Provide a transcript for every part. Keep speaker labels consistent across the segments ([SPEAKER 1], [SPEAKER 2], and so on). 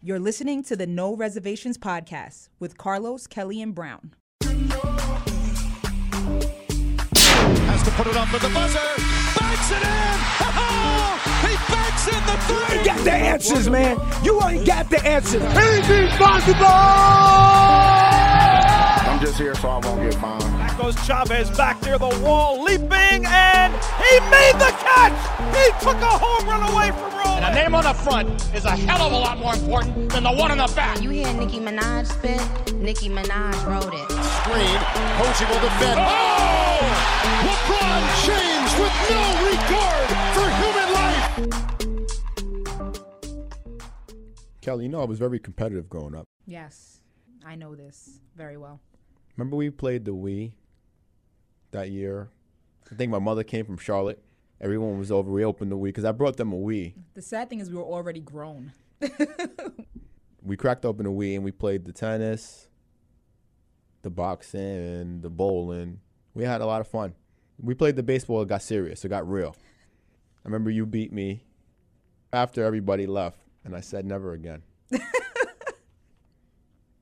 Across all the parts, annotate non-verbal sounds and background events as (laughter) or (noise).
[SPEAKER 1] You're listening to the No Reservations Podcast with Carlos, Kelly, and Brown.
[SPEAKER 2] Has to put it up with the buzzer. Banks it in. (laughs) Oh, he banks in the
[SPEAKER 3] You
[SPEAKER 2] three.
[SPEAKER 3] ain't got the answers, man. You ain't got the answers.
[SPEAKER 4] Anything possible!
[SPEAKER 5] I'm just here so I won't get fined.
[SPEAKER 2] That goes Chavez back near the wall, leaping, and he made the catch. He took a home run away from Roland.
[SPEAKER 6] The name on the front is a hell of a lot more important than the one on the back.
[SPEAKER 7] You hear Nicki Minaj spit? Nicki Minaj wrote it.
[SPEAKER 5] Green, Hoji will defend. Oh! LeBron James with no regard for human life.
[SPEAKER 8] Kelly, you know I was very competitive growing up.
[SPEAKER 1] Yes, I know this very well.
[SPEAKER 8] Remember we played the Wii that year? I think my mother came from Charlotte. Everyone was over. We opened the Wii because I brought them a Wii.
[SPEAKER 1] The sad thing is, we were already grown.
[SPEAKER 8] We cracked open the Wii and we played the tennis, the boxing, and the bowling. We had a lot of fun. We played the baseball. It got serious. It got real. I remember you beat me after everybody left, and I said never again.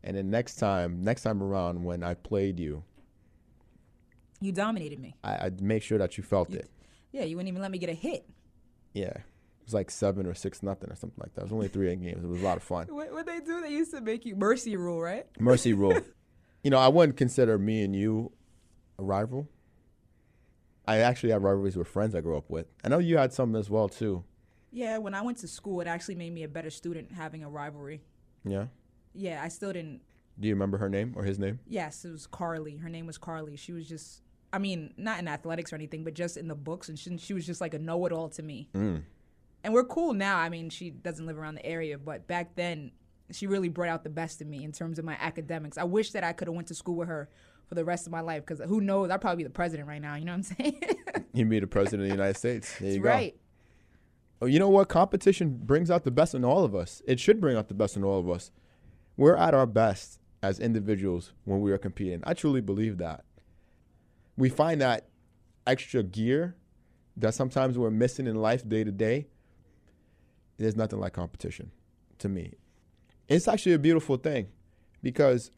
[SPEAKER 8] and then next time, next time around when I played you,
[SPEAKER 1] You dominated me.
[SPEAKER 8] I, I'd make sure that you felt it.
[SPEAKER 1] Yeah, you wouldn't even let me get a hit.
[SPEAKER 8] Yeah. It was like seven or six nothing or something like that. It was only three games. It was a lot of fun.
[SPEAKER 1] What what they do? They used to make you mercy rule, right?
[SPEAKER 8] Mercy rule. (laughs) You know, I wouldn't consider me and you a rival. I actually have rivalries with friends I grew up with. I know you had some as well too.
[SPEAKER 1] Yeah, when I went to school, it actually made me a better student having a rivalry.
[SPEAKER 8] Yeah.
[SPEAKER 1] Yeah, I still didn't.
[SPEAKER 8] Do you remember her name or his name?
[SPEAKER 1] Yes, it was Carly. Her name was Carly. She was just, I mean, not in athletics or anything, but just in the books, and she, she was just like a know-it-all to me.
[SPEAKER 8] Mm.
[SPEAKER 1] And we're cool now. I mean, she doesn't live around the area, but back then, she really brought out the best in me in terms of my academics. I wish that I could have went to school with her for the rest of my life, because who knows? I'd probably be the president right now. You know what I'm (laughs) saying?
[SPEAKER 8] He'd be the president of the United States. There you go.
[SPEAKER 1] right.
[SPEAKER 8] Oh, you know what? Competition brings out the best in all of us. It should bring out the best in all of us. We're at our best as individuals when we are competing. I truly believe that. We find that extra gear that sometimes we're missing in life day to day. There's nothing like competition to me. It's actually a beautiful thing because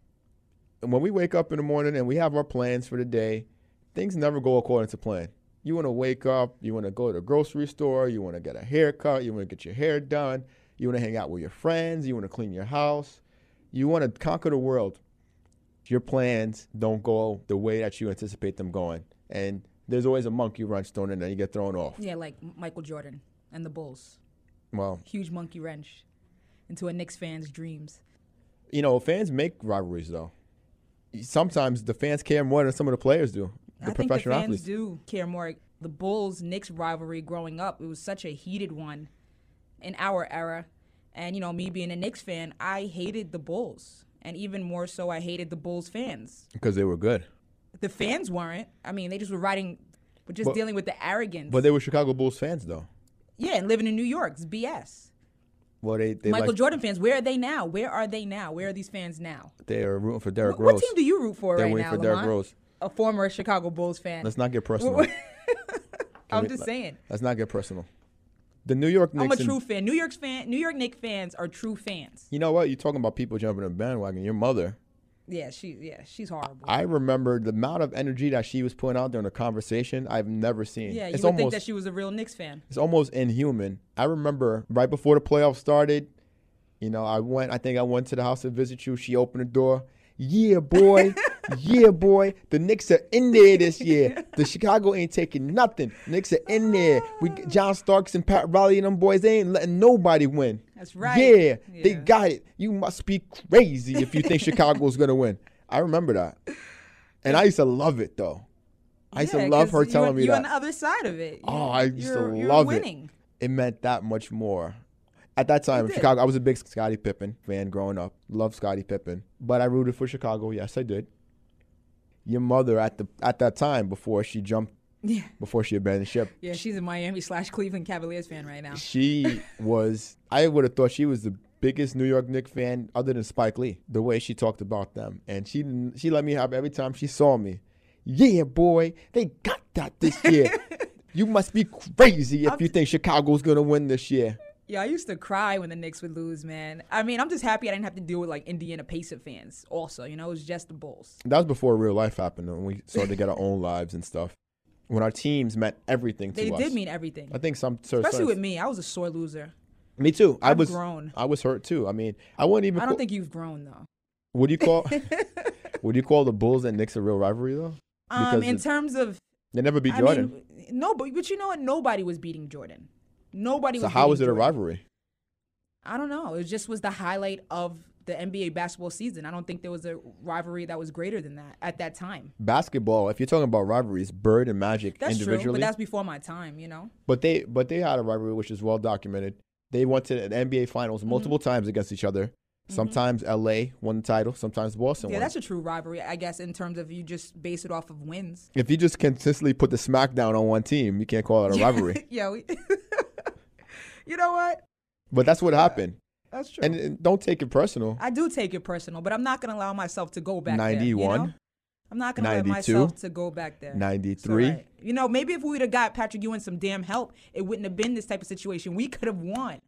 [SPEAKER 8] when we wake up in the morning and we have our plans for the day, things never go according to plan. You want to wake up, you want to go to the grocery store, you want to get a haircut, you want to get your hair done, you want to hang out with your friends, you want to clean your house, you want to conquer the world. Your plans don't go the way that you anticipate them going. And there's always a monkey wrench thrown in there, you get thrown off.
[SPEAKER 1] Yeah, like M- Michael Jordan and the Bulls.
[SPEAKER 8] Well,
[SPEAKER 1] Huge monkey wrench into a Knicks fan's dreams.
[SPEAKER 8] you know, fans make rivalries though. Sometimes the fans care more than some of the players do.
[SPEAKER 1] I
[SPEAKER 8] The
[SPEAKER 1] think the
[SPEAKER 8] professional
[SPEAKER 1] fans
[SPEAKER 8] athletes.
[SPEAKER 1] do care more. The Bulls Knicks rivalry growing up, it was such a heated one in our era. And, you know, me being a Knicks fan, I hated the Bulls. And even more so, I hated the Bulls fans.
[SPEAKER 8] Because they were good.
[SPEAKER 1] The fans weren't. I mean, they just were riding, but just
[SPEAKER 8] But-
[SPEAKER 1] dealing with the arrogance.
[SPEAKER 8] But they were Chicago Bulls fans though.
[SPEAKER 1] yeah, and living in New York, it's BS.
[SPEAKER 8] Well, they, they
[SPEAKER 1] Michael
[SPEAKER 8] like,
[SPEAKER 1] Jordan fans, where are they now? Where are they now? Where are these fans now?
[SPEAKER 8] They are rooting for Derrick
[SPEAKER 1] Wh-
[SPEAKER 8] Rose.
[SPEAKER 1] What team do you root for
[SPEAKER 8] They're
[SPEAKER 1] right
[SPEAKER 8] waiting
[SPEAKER 1] now,
[SPEAKER 8] for Derrick
[SPEAKER 1] Lamont?
[SPEAKER 8] Rose.
[SPEAKER 1] A former Chicago Bulls fan.
[SPEAKER 8] Let's
[SPEAKER 1] (laughs)
[SPEAKER 8] not get personal.
[SPEAKER 1] Wh- I'm
[SPEAKER 8] we-
[SPEAKER 1] just saying.
[SPEAKER 8] Let's not get personal. The New York Knicks.
[SPEAKER 1] I'm a
[SPEAKER 8] and-
[SPEAKER 1] true fan. New York's fan. New York Knicks fans are true fans.
[SPEAKER 8] you know what? You're talking about people jumping on a bandwagon. Your mother.
[SPEAKER 1] Yeah, she. Yeah, she's horrible.
[SPEAKER 8] I remember the amount of energy that she was putting out during a conversation. I've never seen.
[SPEAKER 1] yeah, you
[SPEAKER 8] it's
[SPEAKER 1] would
[SPEAKER 8] almost
[SPEAKER 1] think that she was a real Knicks fan.
[SPEAKER 8] it's almost inhuman. I remember right before the playoffs started. You know, I went. I think I went to the house to visit you. She opened the door.
[SPEAKER 1] (laughs)
[SPEAKER 8] Yeah, boy. yeah, boy. The Knicks are in there
[SPEAKER 1] (laughs)
[SPEAKER 8] this year. The Chicago ain't taking nothing. Knicks are in there. We
[SPEAKER 1] Ah.
[SPEAKER 8] John Starks and Pat Riley and them boys. They ain't letting nobody win.
[SPEAKER 1] That's right.
[SPEAKER 8] Yeah, they
[SPEAKER 1] Yeah.
[SPEAKER 8] got it. You must be crazy if you
[SPEAKER 1] (laughs)
[SPEAKER 8] think Chicago's gonna win. I remember that, and I used to love it though. I used
[SPEAKER 1] Yeah,
[SPEAKER 8] to love
[SPEAKER 1] 'cause
[SPEAKER 8] her
[SPEAKER 1] you
[SPEAKER 8] telling
[SPEAKER 1] on-
[SPEAKER 8] me
[SPEAKER 1] you're
[SPEAKER 8] that.
[SPEAKER 1] on the other side of it.
[SPEAKER 8] Oh,
[SPEAKER 1] You're-
[SPEAKER 8] I used to
[SPEAKER 1] you're- you're
[SPEAKER 8] love
[SPEAKER 1] winning.
[SPEAKER 8] it. It meant that much more. At that time,
[SPEAKER 1] did.
[SPEAKER 8] Chicago. I was a big Scottie Pippen fan growing up. Loved Scottie Pippen, but I rooted for Chicago. Yes, I did. Your mother at the at that time before she jumped,
[SPEAKER 1] (laughs) Yeah.
[SPEAKER 8] before she abandoned ship,
[SPEAKER 1] Yeah, she's a Miami slash Cleveland Cavaliers fan right now.
[SPEAKER 8] she was. I would have thought she was the biggest New York Knicks fan other than Spike Lee. The way she talked about them, and she didn't- she let me have every time she saw me. Yeah, boy, they
[SPEAKER 1] (laughs)
[SPEAKER 8] got that this year. you must be crazy if you think Chicago's gonna win this year.
[SPEAKER 1] Yeah, I used to cry when the Knicks would lose, man. I mean, I'm just happy I didn't have to deal with like Indiana Pacer fans. Also, you know, it was just the Bulls.
[SPEAKER 8] That was before real life happened, though, when we started to get our own lives and stuff. When our teams meant everything to
[SPEAKER 1] They
[SPEAKER 8] us.
[SPEAKER 1] did mean everything,
[SPEAKER 8] I think some sort of
[SPEAKER 1] especially
[SPEAKER 8] sense-
[SPEAKER 1] with me. I was a sore loser.
[SPEAKER 8] Me too. I
[SPEAKER 1] I've
[SPEAKER 8] was
[SPEAKER 1] grown.
[SPEAKER 8] I was hurt too. I mean, I wouldn't even.
[SPEAKER 1] I don't
[SPEAKER 8] call-
[SPEAKER 1] think you've grown though.
[SPEAKER 8] Would
[SPEAKER 1] (laughs)
[SPEAKER 8] you call? would you call the Bulls and Knicks a real rivalry though?
[SPEAKER 1] Um,
[SPEAKER 8] Because
[SPEAKER 1] in
[SPEAKER 8] it-
[SPEAKER 1] terms of,
[SPEAKER 8] They never beat
[SPEAKER 1] I
[SPEAKER 8] Jordan.
[SPEAKER 1] mean, no, but but you know what? Nobody was beating Jordan. Nobody.
[SPEAKER 8] so
[SPEAKER 1] was
[SPEAKER 8] how
[SPEAKER 1] beating
[SPEAKER 8] is it a
[SPEAKER 1] Jordan.
[SPEAKER 8] rivalry?
[SPEAKER 1] I don't know. It just was the highlight of the NBA basketball season. I don't think there was a rivalry that was greater than that at that time.
[SPEAKER 8] Basketball. If you're talking about rivalries, Bird and Magic
[SPEAKER 1] That's true,
[SPEAKER 8] individually,
[SPEAKER 1] but that's before my time. You know.
[SPEAKER 8] but they but they had a rivalry which is well documented. They went to the NBA
[SPEAKER 1] Mm-hmm.
[SPEAKER 8] Finals multiple times against each other. Sometimes LA won the title, sometimes Boston
[SPEAKER 1] Yeah,
[SPEAKER 8] won.
[SPEAKER 1] that's a true rivalry, I guess, in terms of you just base it off of wins.
[SPEAKER 8] if you just consistently put the smackdown on one team, you can't call it a rivalry.
[SPEAKER 1] (laughs) yeah, we, you know what?
[SPEAKER 8] But that's what happened.
[SPEAKER 1] That's true.
[SPEAKER 8] And, and don't take it personal.
[SPEAKER 1] I do take it personal, but I'm not gonna allow myself to go back there. you
[SPEAKER 8] 91,
[SPEAKER 1] know? I'm not gonna allow
[SPEAKER 8] 92,
[SPEAKER 1] myself to go back there.
[SPEAKER 8] 93.
[SPEAKER 1] It's all right. You know, maybe if we would have got Patrick Ewing some damn help, it wouldn't have been this type of situation. We could have won.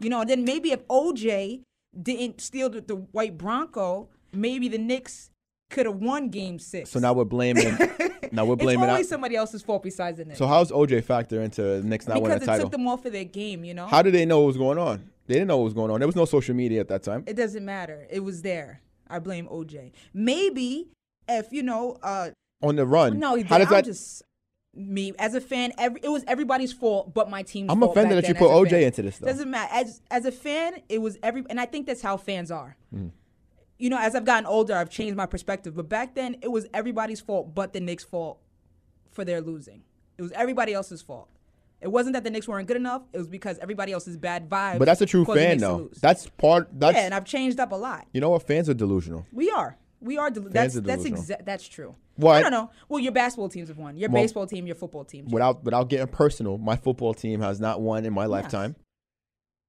[SPEAKER 1] You know, and then maybe if OJ didn't steal the, the white Bronco, maybe the Knicks could have won Game Six.
[SPEAKER 8] So now we're blaming. now we're
[SPEAKER 1] (laughs)
[SPEAKER 8] blaming.
[SPEAKER 1] it's always
[SPEAKER 8] out-
[SPEAKER 1] somebody else's fault besides the Knicks.
[SPEAKER 8] so how's OJ factor into the Knicks not winning
[SPEAKER 1] because
[SPEAKER 8] the
[SPEAKER 1] it
[SPEAKER 8] title?
[SPEAKER 1] took them off of their game, you know.
[SPEAKER 8] How did they know what was going on? They didn't know what was going on. There was no social media at that time.
[SPEAKER 1] It doesn't matter. It was there. I blame OJ. Maybe if you know, uh,
[SPEAKER 8] On the run.
[SPEAKER 1] no,
[SPEAKER 8] how does
[SPEAKER 1] I'm
[SPEAKER 8] that?
[SPEAKER 1] just me as a fan. Every it was everybody's fault, but my team's.
[SPEAKER 8] I'm
[SPEAKER 1] fault
[SPEAKER 8] offended
[SPEAKER 1] back
[SPEAKER 8] that you
[SPEAKER 1] then as
[SPEAKER 8] put
[SPEAKER 1] a
[SPEAKER 8] OJ
[SPEAKER 1] fan.
[SPEAKER 8] into this, though.
[SPEAKER 1] Doesn't matter. As as a fan, it was every, and I think that's how fans are.
[SPEAKER 8] Hmm.
[SPEAKER 1] You know, as I've gotten older, I've changed my perspective. But back then, it was everybody's fault, but the Knicks' fault for their losing. It was everybody else's fault. It wasn't that the Knicks weren't good enough. It was because everybody else's bad vibes.
[SPEAKER 8] but that's a true
[SPEAKER 1] caused the
[SPEAKER 8] fan,
[SPEAKER 1] Knicks to
[SPEAKER 8] though.
[SPEAKER 1] lose.
[SPEAKER 8] That's part. That's
[SPEAKER 1] yeah, and I've changed up a lot.
[SPEAKER 8] you know what fans are delusional.
[SPEAKER 1] We are. We are. Del- that's
[SPEAKER 8] are
[SPEAKER 1] that's
[SPEAKER 8] delusional.
[SPEAKER 1] exa- that's true.
[SPEAKER 8] Why-
[SPEAKER 1] I don't know. Well, your basketball teams have won. Your
[SPEAKER 8] Well-
[SPEAKER 1] baseball team, your football team.
[SPEAKER 8] Without without getting personal, my football team has not won in my lifetime.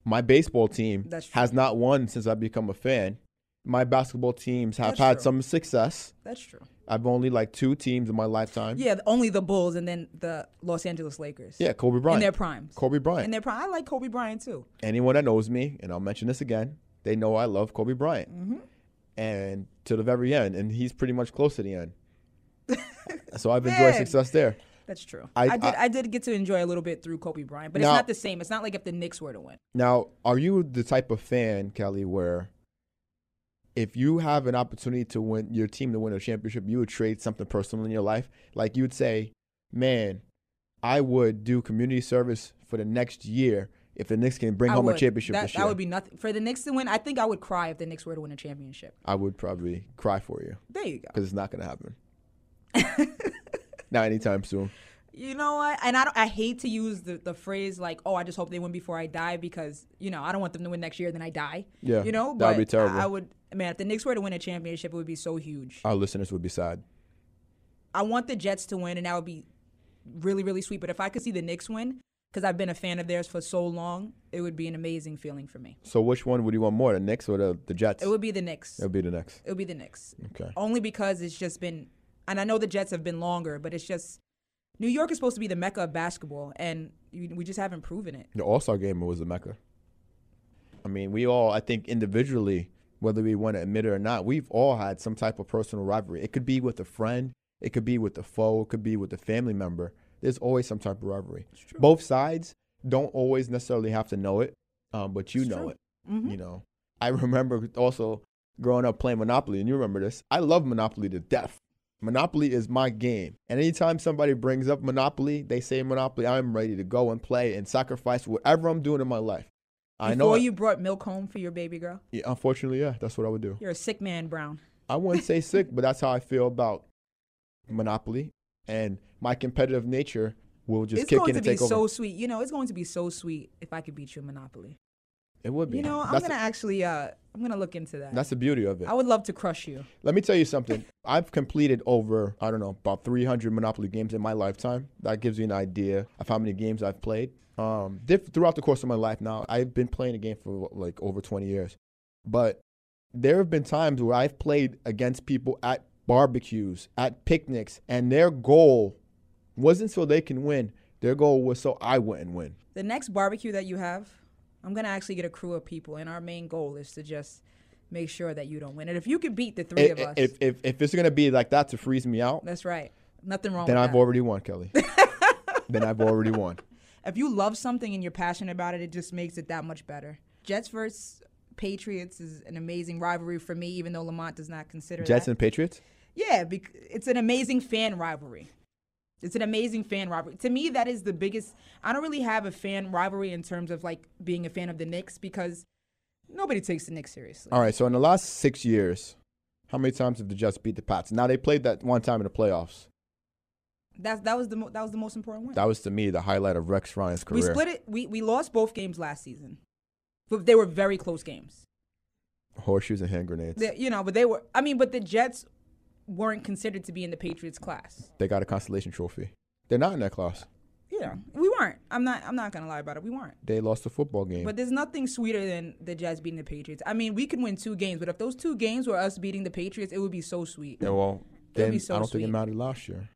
[SPEAKER 8] My baseball team
[SPEAKER 1] That's true.
[SPEAKER 8] has not won since I've become a fan. My basketball teams have
[SPEAKER 1] That's
[SPEAKER 8] had
[SPEAKER 1] true.
[SPEAKER 8] some success.
[SPEAKER 1] That's true.
[SPEAKER 8] I've only like two teams in my lifetime.
[SPEAKER 1] Yeah, the- only the Bulls and then the Los Angeles Lakers.
[SPEAKER 8] Yeah, Kobe Bryant.
[SPEAKER 1] their primes.
[SPEAKER 8] Kobe Bryant.
[SPEAKER 1] And their prime. I like Kobe Bryant too.
[SPEAKER 8] anyone that knows me, and I'll mention this again, they know I love Kobe Bryant.
[SPEAKER 1] Mm-hmm.
[SPEAKER 8] And to the very end, and he's pretty much close to
[SPEAKER 1] (laughs)
[SPEAKER 8] the end. so I've enjoyed
[SPEAKER 1] Man.
[SPEAKER 8] success there.
[SPEAKER 1] That's true.
[SPEAKER 8] I-
[SPEAKER 1] I, did.
[SPEAKER 8] I-
[SPEAKER 1] I, did get to enjoy a little bit through Kobe Bryant, but
[SPEAKER 8] Now-
[SPEAKER 1] it's not the same. It's not like if the Knicks were to win.
[SPEAKER 8] Now, are you the type of fan, Kelly, where if you have an opportunity to win your team to win a championship, you would trade something personal in your life? Like you would say, man, I would do community service for the next year if the Knicks can bring
[SPEAKER 1] I
[SPEAKER 8] home
[SPEAKER 1] would.
[SPEAKER 8] a championship
[SPEAKER 1] That,
[SPEAKER 8] this year.
[SPEAKER 1] that would be nothing for the Knicks to win. I think I would cry if the Knicks were to win a championship.
[SPEAKER 8] I would probably cry for you.
[SPEAKER 1] There you go.
[SPEAKER 8] because it's not going to happen. not anytime soon.
[SPEAKER 1] You know what? And I, don't, I hate to use the, the phrase like, "Oh, I just hope they win before I die," because you know I don't want them to win next year, then I die.
[SPEAKER 8] Yeah,
[SPEAKER 1] you know,
[SPEAKER 8] that would
[SPEAKER 1] but
[SPEAKER 8] be terrible. Uh,
[SPEAKER 1] I, I would, man, if the Knicks were to win a championship, it would be so huge.
[SPEAKER 8] Our listeners would be sad.
[SPEAKER 1] I want the Jets to win, and that would be really, really sweet. But if I could see the Knicks win, because I've been a fan of theirs for so long, it would be an amazing feeling for me.
[SPEAKER 8] So which one would you want more, the Knicks or the, the Jets?
[SPEAKER 1] It would be the Knicks.
[SPEAKER 8] It would be the Knicks.
[SPEAKER 1] It would be the Knicks.
[SPEAKER 8] Okay.
[SPEAKER 1] Only because it's just been, and I know the Jets have been longer, but it's just New York is supposed to be the mecca of basketball, and you, we just haven't proven it.
[SPEAKER 8] The All Star game was a mecca. I mean, we all, I think individually, whether we want to admit it or not, we've all had some type of personal rivalry. It could be with a friend, it could be with a foe, it could be with a family member. There's always some type of rivalry. Both sides don't always necessarily have to know it, um, but you know
[SPEAKER 1] true. Mm-hmm.
[SPEAKER 8] it. You know, I (laughs) remember also growing up playing Monopoly, and you remember this. I love Monopoly to death. Monopoly is my game. And anytime somebody brings up Monopoly, they say Monopoly, I'm ready to go and play and sacrifice whatever I'm doing in my life. I know.
[SPEAKER 1] Before
[SPEAKER 8] I-
[SPEAKER 1] you brought milk home for your baby girl,
[SPEAKER 8] yeah, unfortunately, yeah, that's what I would do.
[SPEAKER 1] you're a sick man, Brown.
[SPEAKER 8] I wouldn't say sick, but that's how I feel about Monopoly. And my competitive nature will just
[SPEAKER 1] it's
[SPEAKER 8] kick
[SPEAKER 1] going
[SPEAKER 8] in
[SPEAKER 1] to
[SPEAKER 8] and
[SPEAKER 1] be
[SPEAKER 8] take
[SPEAKER 1] so
[SPEAKER 8] over.
[SPEAKER 1] sweet. You know, it's going to be so sweet if I could beat you in Monopoly.
[SPEAKER 8] It would be.
[SPEAKER 1] You know, I'm
[SPEAKER 8] that's,
[SPEAKER 1] gonna
[SPEAKER 8] the,
[SPEAKER 1] actually, uh, I'm gonna look into that.
[SPEAKER 8] that's the beauty of it.
[SPEAKER 1] I would love to crush you.
[SPEAKER 8] Let me tell you something. I've completed over, I don't know, about 300 Monopoly games in my lifetime. That gives you an idea of how many games I've played. Um, diff- throughout the course of my life now, I've been playing the game for like over 20 years. But there have been times where I've played against people at barbecues, at picnics, and their goal wasn't so they can win. Their goal was so I wouldn't win.
[SPEAKER 1] The next barbecue that you have, I'm gonna actually get a crew of people, and our main goal is to just make sure that you don't win. And if you can beat the three of
[SPEAKER 8] I-
[SPEAKER 1] us,
[SPEAKER 8] i- If, if, if it's going to be like that to freeze me out,
[SPEAKER 1] that's right. Nothing wrong.
[SPEAKER 8] then
[SPEAKER 1] with
[SPEAKER 8] I've
[SPEAKER 1] that.
[SPEAKER 8] already
[SPEAKER 1] (laughs)
[SPEAKER 8] won, Kelly. then I've already won.
[SPEAKER 1] if you love something and you're passionate about it, it just makes it that much better. Jets versus Patriots is an amazing rivalry for me, even though Lamont does not consider
[SPEAKER 8] Jets
[SPEAKER 1] that.
[SPEAKER 8] and Patriots?
[SPEAKER 1] yeah, bec- it's an amazing fan rivalry. It's an amazing fan rivalry. To me, that is the biggest. I don't really have a fan rivalry in terms of like being a fan of the Knicks because nobody takes the Knicks seriously.
[SPEAKER 8] All right, so in the last six years, how many times have the Jets beat the Pats? Now, they played that one time in the playoffs.
[SPEAKER 1] That's that was the mo- that was the most important one.
[SPEAKER 8] That was, to me, the highlight of Rex Ryan's career.
[SPEAKER 1] We split it. We we lost both games last season, but they were very close games.
[SPEAKER 8] Horseshoes and hand grenades.
[SPEAKER 1] They- you know, but they were. I mean, but the Jets weren't considered to be in the Patriots class.
[SPEAKER 8] They got a consolation trophy. They're not in that class.
[SPEAKER 1] You know, we weren't. I'm not. I'm not gonna lie about it. We weren't.
[SPEAKER 8] They lost a football game.
[SPEAKER 1] But there's nothing sweeter than the Jets beating the Patriots. I mean, we could win two games, but if those two games were us beating the Patriots, it would be so sweet.
[SPEAKER 8] Yeah, well,
[SPEAKER 1] That'd
[SPEAKER 8] then
[SPEAKER 1] be so
[SPEAKER 8] I don't think
[SPEAKER 1] sweet.
[SPEAKER 8] it mattered last year.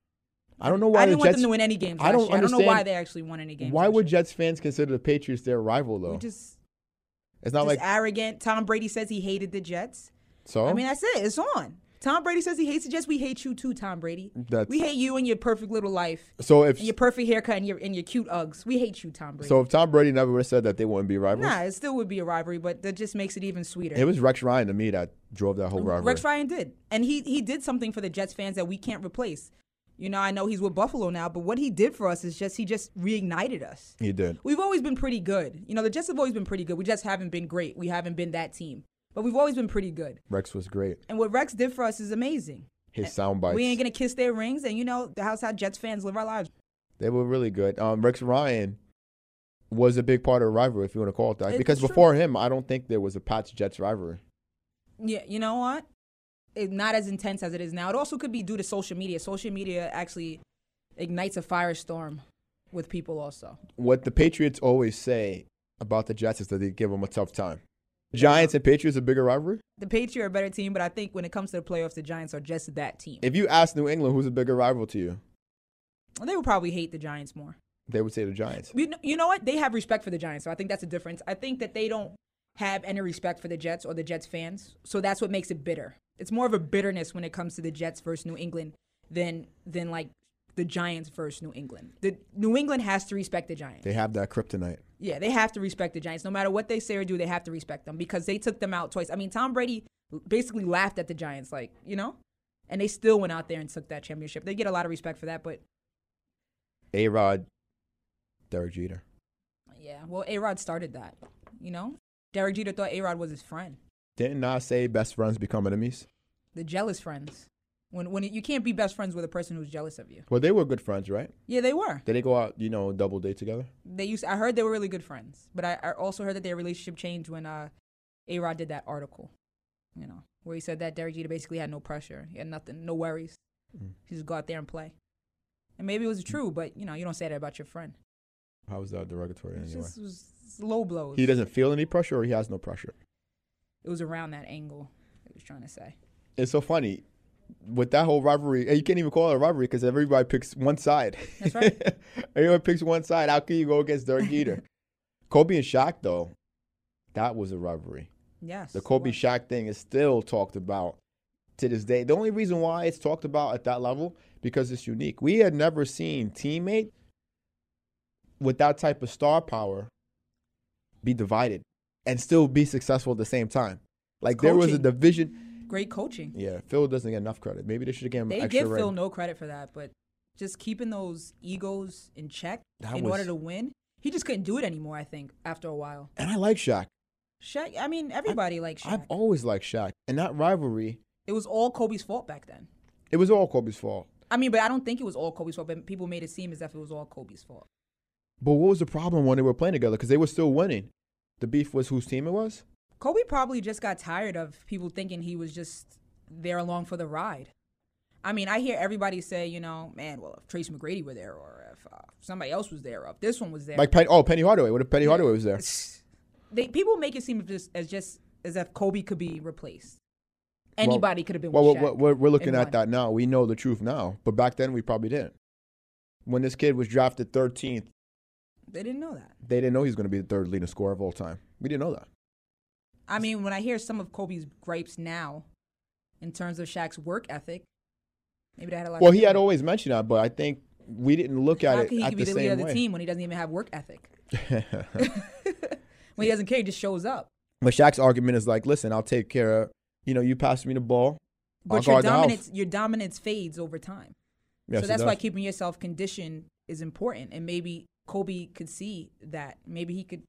[SPEAKER 8] I don't know why
[SPEAKER 1] I didn't
[SPEAKER 8] the
[SPEAKER 1] want
[SPEAKER 8] Jets,
[SPEAKER 1] them to win any games.
[SPEAKER 8] I don't
[SPEAKER 1] last year. I don't know why
[SPEAKER 8] understand-
[SPEAKER 1] they actually won any games.
[SPEAKER 8] Why
[SPEAKER 1] last
[SPEAKER 8] would
[SPEAKER 1] year.
[SPEAKER 8] Jets fans consider the Patriots their rival though?
[SPEAKER 1] We just
[SPEAKER 8] it's not
[SPEAKER 1] just
[SPEAKER 8] like
[SPEAKER 1] arrogant? Tom Brady says he hated the Jets.
[SPEAKER 8] so.
[SPEAKER 1] I mean, that's it. It's on. Tom Brady says he hates the Jets. We hate you too, Tom Brady.
[SPEAKER 8] That's-
[SPEAKER 1] we hate you and your perfect little life,
[SPEAKER 8] so if
[SPEAKER 1] and your perfect haircut, and your and your cute Uggs. We hate you, Tom Brady.
[SPEAKER 8] so if Tom Brady never would have said that, they wouldn't be rivals.
[SPEAKER 1] nah, it still would be a rivalry, but that just makes it even sweeter.
[SPEAKER 8] It was Rex Ryan to me that drove that whole rivalry.
[SPEAKER 1] Rex Ryan did, and he he did something for the Jets fans that we can't replace. You know, I know he's with Buffalo now, but what he did for us is just he just reignited us.
[SPEAKER 8] He did.
[SPEAKER 1] We've always been pretty good. You know, the Jets have always been pretty good. We just haven't been great. We haven't been that team, but we've always been pretty good.
[SPEAKER 8] Rex was great.
[SPEAKER 1] And what Rex did for us is amazing.
[SPEAKER 8] His sound bites.
[SPEAKER 1] We ain't gonna kiss their rings, and you know that's how Jets fans live our lives.
[SPEAKER 8] They were really good. Um, Rex Ryan was a big part of the rivalry, if you want to call it that,
[SPEAKER 1] It's
[SPEAKER 8] because
[SPEAKER 1] true.
[SPEAKER 8] before him, I don't think there was a Pats Jets rivalry.
[SPEAKER 1] Yeah, you know what? It's not as intense as it is now. It also could be due to social media. Social media actually ignites a firestorm with people. Also,
[SPEAKER 8] what the Patriots always say about the Jets is that they give them a tough time. Giants and Patriots are bigger rivalry.
[SPEAKER 1] the Patriots are a better team, but I think when it comes to the playoffs, the Giants are just that team.
[SPEAKER 8] If you ask New England who's a bigger rival to you,
[SPEAKER 1] they would probably hate the Giants more.
[SPEAKER 8] they would say the Giants.
[SPEAKER 1] You know, you know what? They have respect for the Giants, so I think that's a difference. I think that they don't have any respect for the Jets or the Jets fans, so that's what makes it bitter. It's more of a bitterness when it comes to the Jets versus New England than than like the Giants versus New England. The New England has to respect the Giants.
[SPEAKER 8] They have that kryptonite.
[SPEAKER 1] Yeah, they have to respect the Giants. No matter what they say or do, they have to respect them because they took them out twice. I mean, Tom Brady basically laughed at the Giants, like, you know? And they still went out there and took that championship. They get a lot of respect for that, but
[SPEAKER 8] A Rod, Derek Jeter.
[SPEAKER 1] yeah, well, A Rod started that, you know? Derek Jeter thought A Rod was his friend,
[SPEAKER 8] Didn't I say best friends become enemies?
[SPEAKER 1] the jealous friends. When, when you can't be best friends with a person who's jealous of you.
[SPEAKER 8] Well, they were good friends, right?
[SPEAKER 1] Yeah, they were.
[SPEAKER 8] Did they go out, you know, double date together?
[SPEAKER 1] They used. I heard they were really good friends, but I, I also heard that their relationship changed when uh, A Rod did that article, you know, where he said that Derek Jeter basically had no pressure, he had nothing, no worries.
[SPEAKER 8] Mm.
[SPEAKER 1] He just go out there and play. And maybe it was true, but you know, you don't say that about your friend.
[SPEAKER 8] How was that derogatory
[SPEAKER 1] It's
[SPEAKER 8] anyway?
[SPEAKER 1] just it was it's low blows.
[SPEAKER 8] He doesn't feel any pressure, or he has no pressure.
[SPEAKER 1] It was around that angle. He was trying to say.
[SPEAKER 8] It's so funny with that whole rivalry. and You can't even call it a rivalry because everybody picks one side.
[SPEAKER 1] That's right.
[SPEAKER 8] (laughs) Everyone picks one side. How can you go
[SPEAKER 1] (laughs)
[SPEAKER 8] against Derek Jeter? Kobe and Shaq, though, that was a rivalry.
[SPEAKER 1] Yes.
[SPEAKER 8] The
[SPEAKER 1] it
[SPEAKER 8] Kobe
[SPEAKER 1] was.
[SPEAKER 8] Shaq thing is still talked about to this day. The only reason why it's talked about at that level because it's unique. We had never seen teammate with that type of star power be divided and still be successful at the same time. Like there was a
[SPEAKER 1] coaching.
[SPEAKER 8] division.
[SPEAKER 1] Great coaching.
[SPEAKER 8] Yeah, Phil doesn't get enough credit. Maybe they should have given him
[SPEAKER 1] They
[SPEAKER 8] an extra
[SPEAKER 1] give Phil
[SPEAKER 8] ring.
[SPEAKER 1] no credit for that, but just keeping those egos in check
[SPEAKER 8] That
[SPEAKER 1] in
[SPEAKER 8] was-
[SPEAKER 1] order to win. He just couldn't do it anymore. I think after a while.
[SPEAKER 8] And I like Shaq.
[SPEAKER 1] Shaq. I mean, everybody likes Shaq.
[SPEAKER 8] I've always liked Shaq. And that rivalry,
[SPEAKER 1] it was all Kobe's fault back then.
[SPEAKER 8] it was all Kobe's fault.
[SPEAKER 1] I mean, but I don't think it was all Kobe's fault. But people made it seem as if it was all Kobe's fault.
[SPEAKER 8] But what was the problem when they were playing together? Because they were still winning. The beef was whose team it was.
[SPEAKER 1] Kobe probably just got tired of people thinking he was just there along for the ride. I mean, I hear everybody say, you know, man, well, if Trace McGrady were there, or if uh, somebody else was there, or if this one was there,
[SPEAKER 8] Like Penny, oh Penny Hardaway. What if Penny Hardaway was there?
[SPEAKER 1] (laughs) they, people make it seem as just as just as if Kobe could be replaced. Anybody could have been.
[SPEAKER 8] Well,
[SPEAKER 1] with
[SPEAKER 8] we're,
[SPEAKER 1] Shaq
[SPEAKER 8] we're, we're looking
[SPEAKER 1] and
[SPEAKER 8] at
[SPEAKER 1] won.
[SPEAKER 8] that now. We know the truth now, but back then we probably didn't. When this kid was drafted 13th,
[SPEAKER 1] They didn't know that.
[SPEAKER 8] They didn't know he was going to be the third leading scorer of all time. We didn't know that.
[SPEAKER 1] I mean, when I hear some of Kobe's gripes now, in terms of Shaq's work ethic, maybe that had a lot.
[SPEAKER 8] Well,
[SPEAKER 1] to
[SPEAKER 8] he
[SPEAKER 1] do
[SPEAKER 8] had
[SPEAKER 1] with
[SPEAKER 8] always mentioned that, but I think we didn't look
[SPEAKER 1] it.
[SPEAKER 8] at
[SPEAKER 1] How
[SPEAKER 8] it
[SPEAKER 1] can he
[SPEAKER 8] at
[SPEAKER 1] be
[SPEAKER 8] the
[SPEAKER 1] the leader
[SPEAKER 8] same
[SPEAKER 1] of the
[SPEAKER 8] way.
[SPEAKER 1] team when he doesn't even have work ethic?
[SPEAKER 8] (laughs)
[SPEAKER 1] when he doesn't care, he just shows up.
[SPEAKER 8] But Shaq's argument is like, listen, I'll take care of. You know, you pass me the ball. I'll
[SPEAKER 1] But your
[SPEAKER 8] guard the house.
[SPEAKER 1] dominance, your dominance fades over time. so
[SPEAKER 8] Yes, he
[SPEAKER 1] that's why
[SPEAKER 8] does.
[SPEAKER 1] keeping yourself conditioned is important. And maybe Kobe could see that. Maybe he could.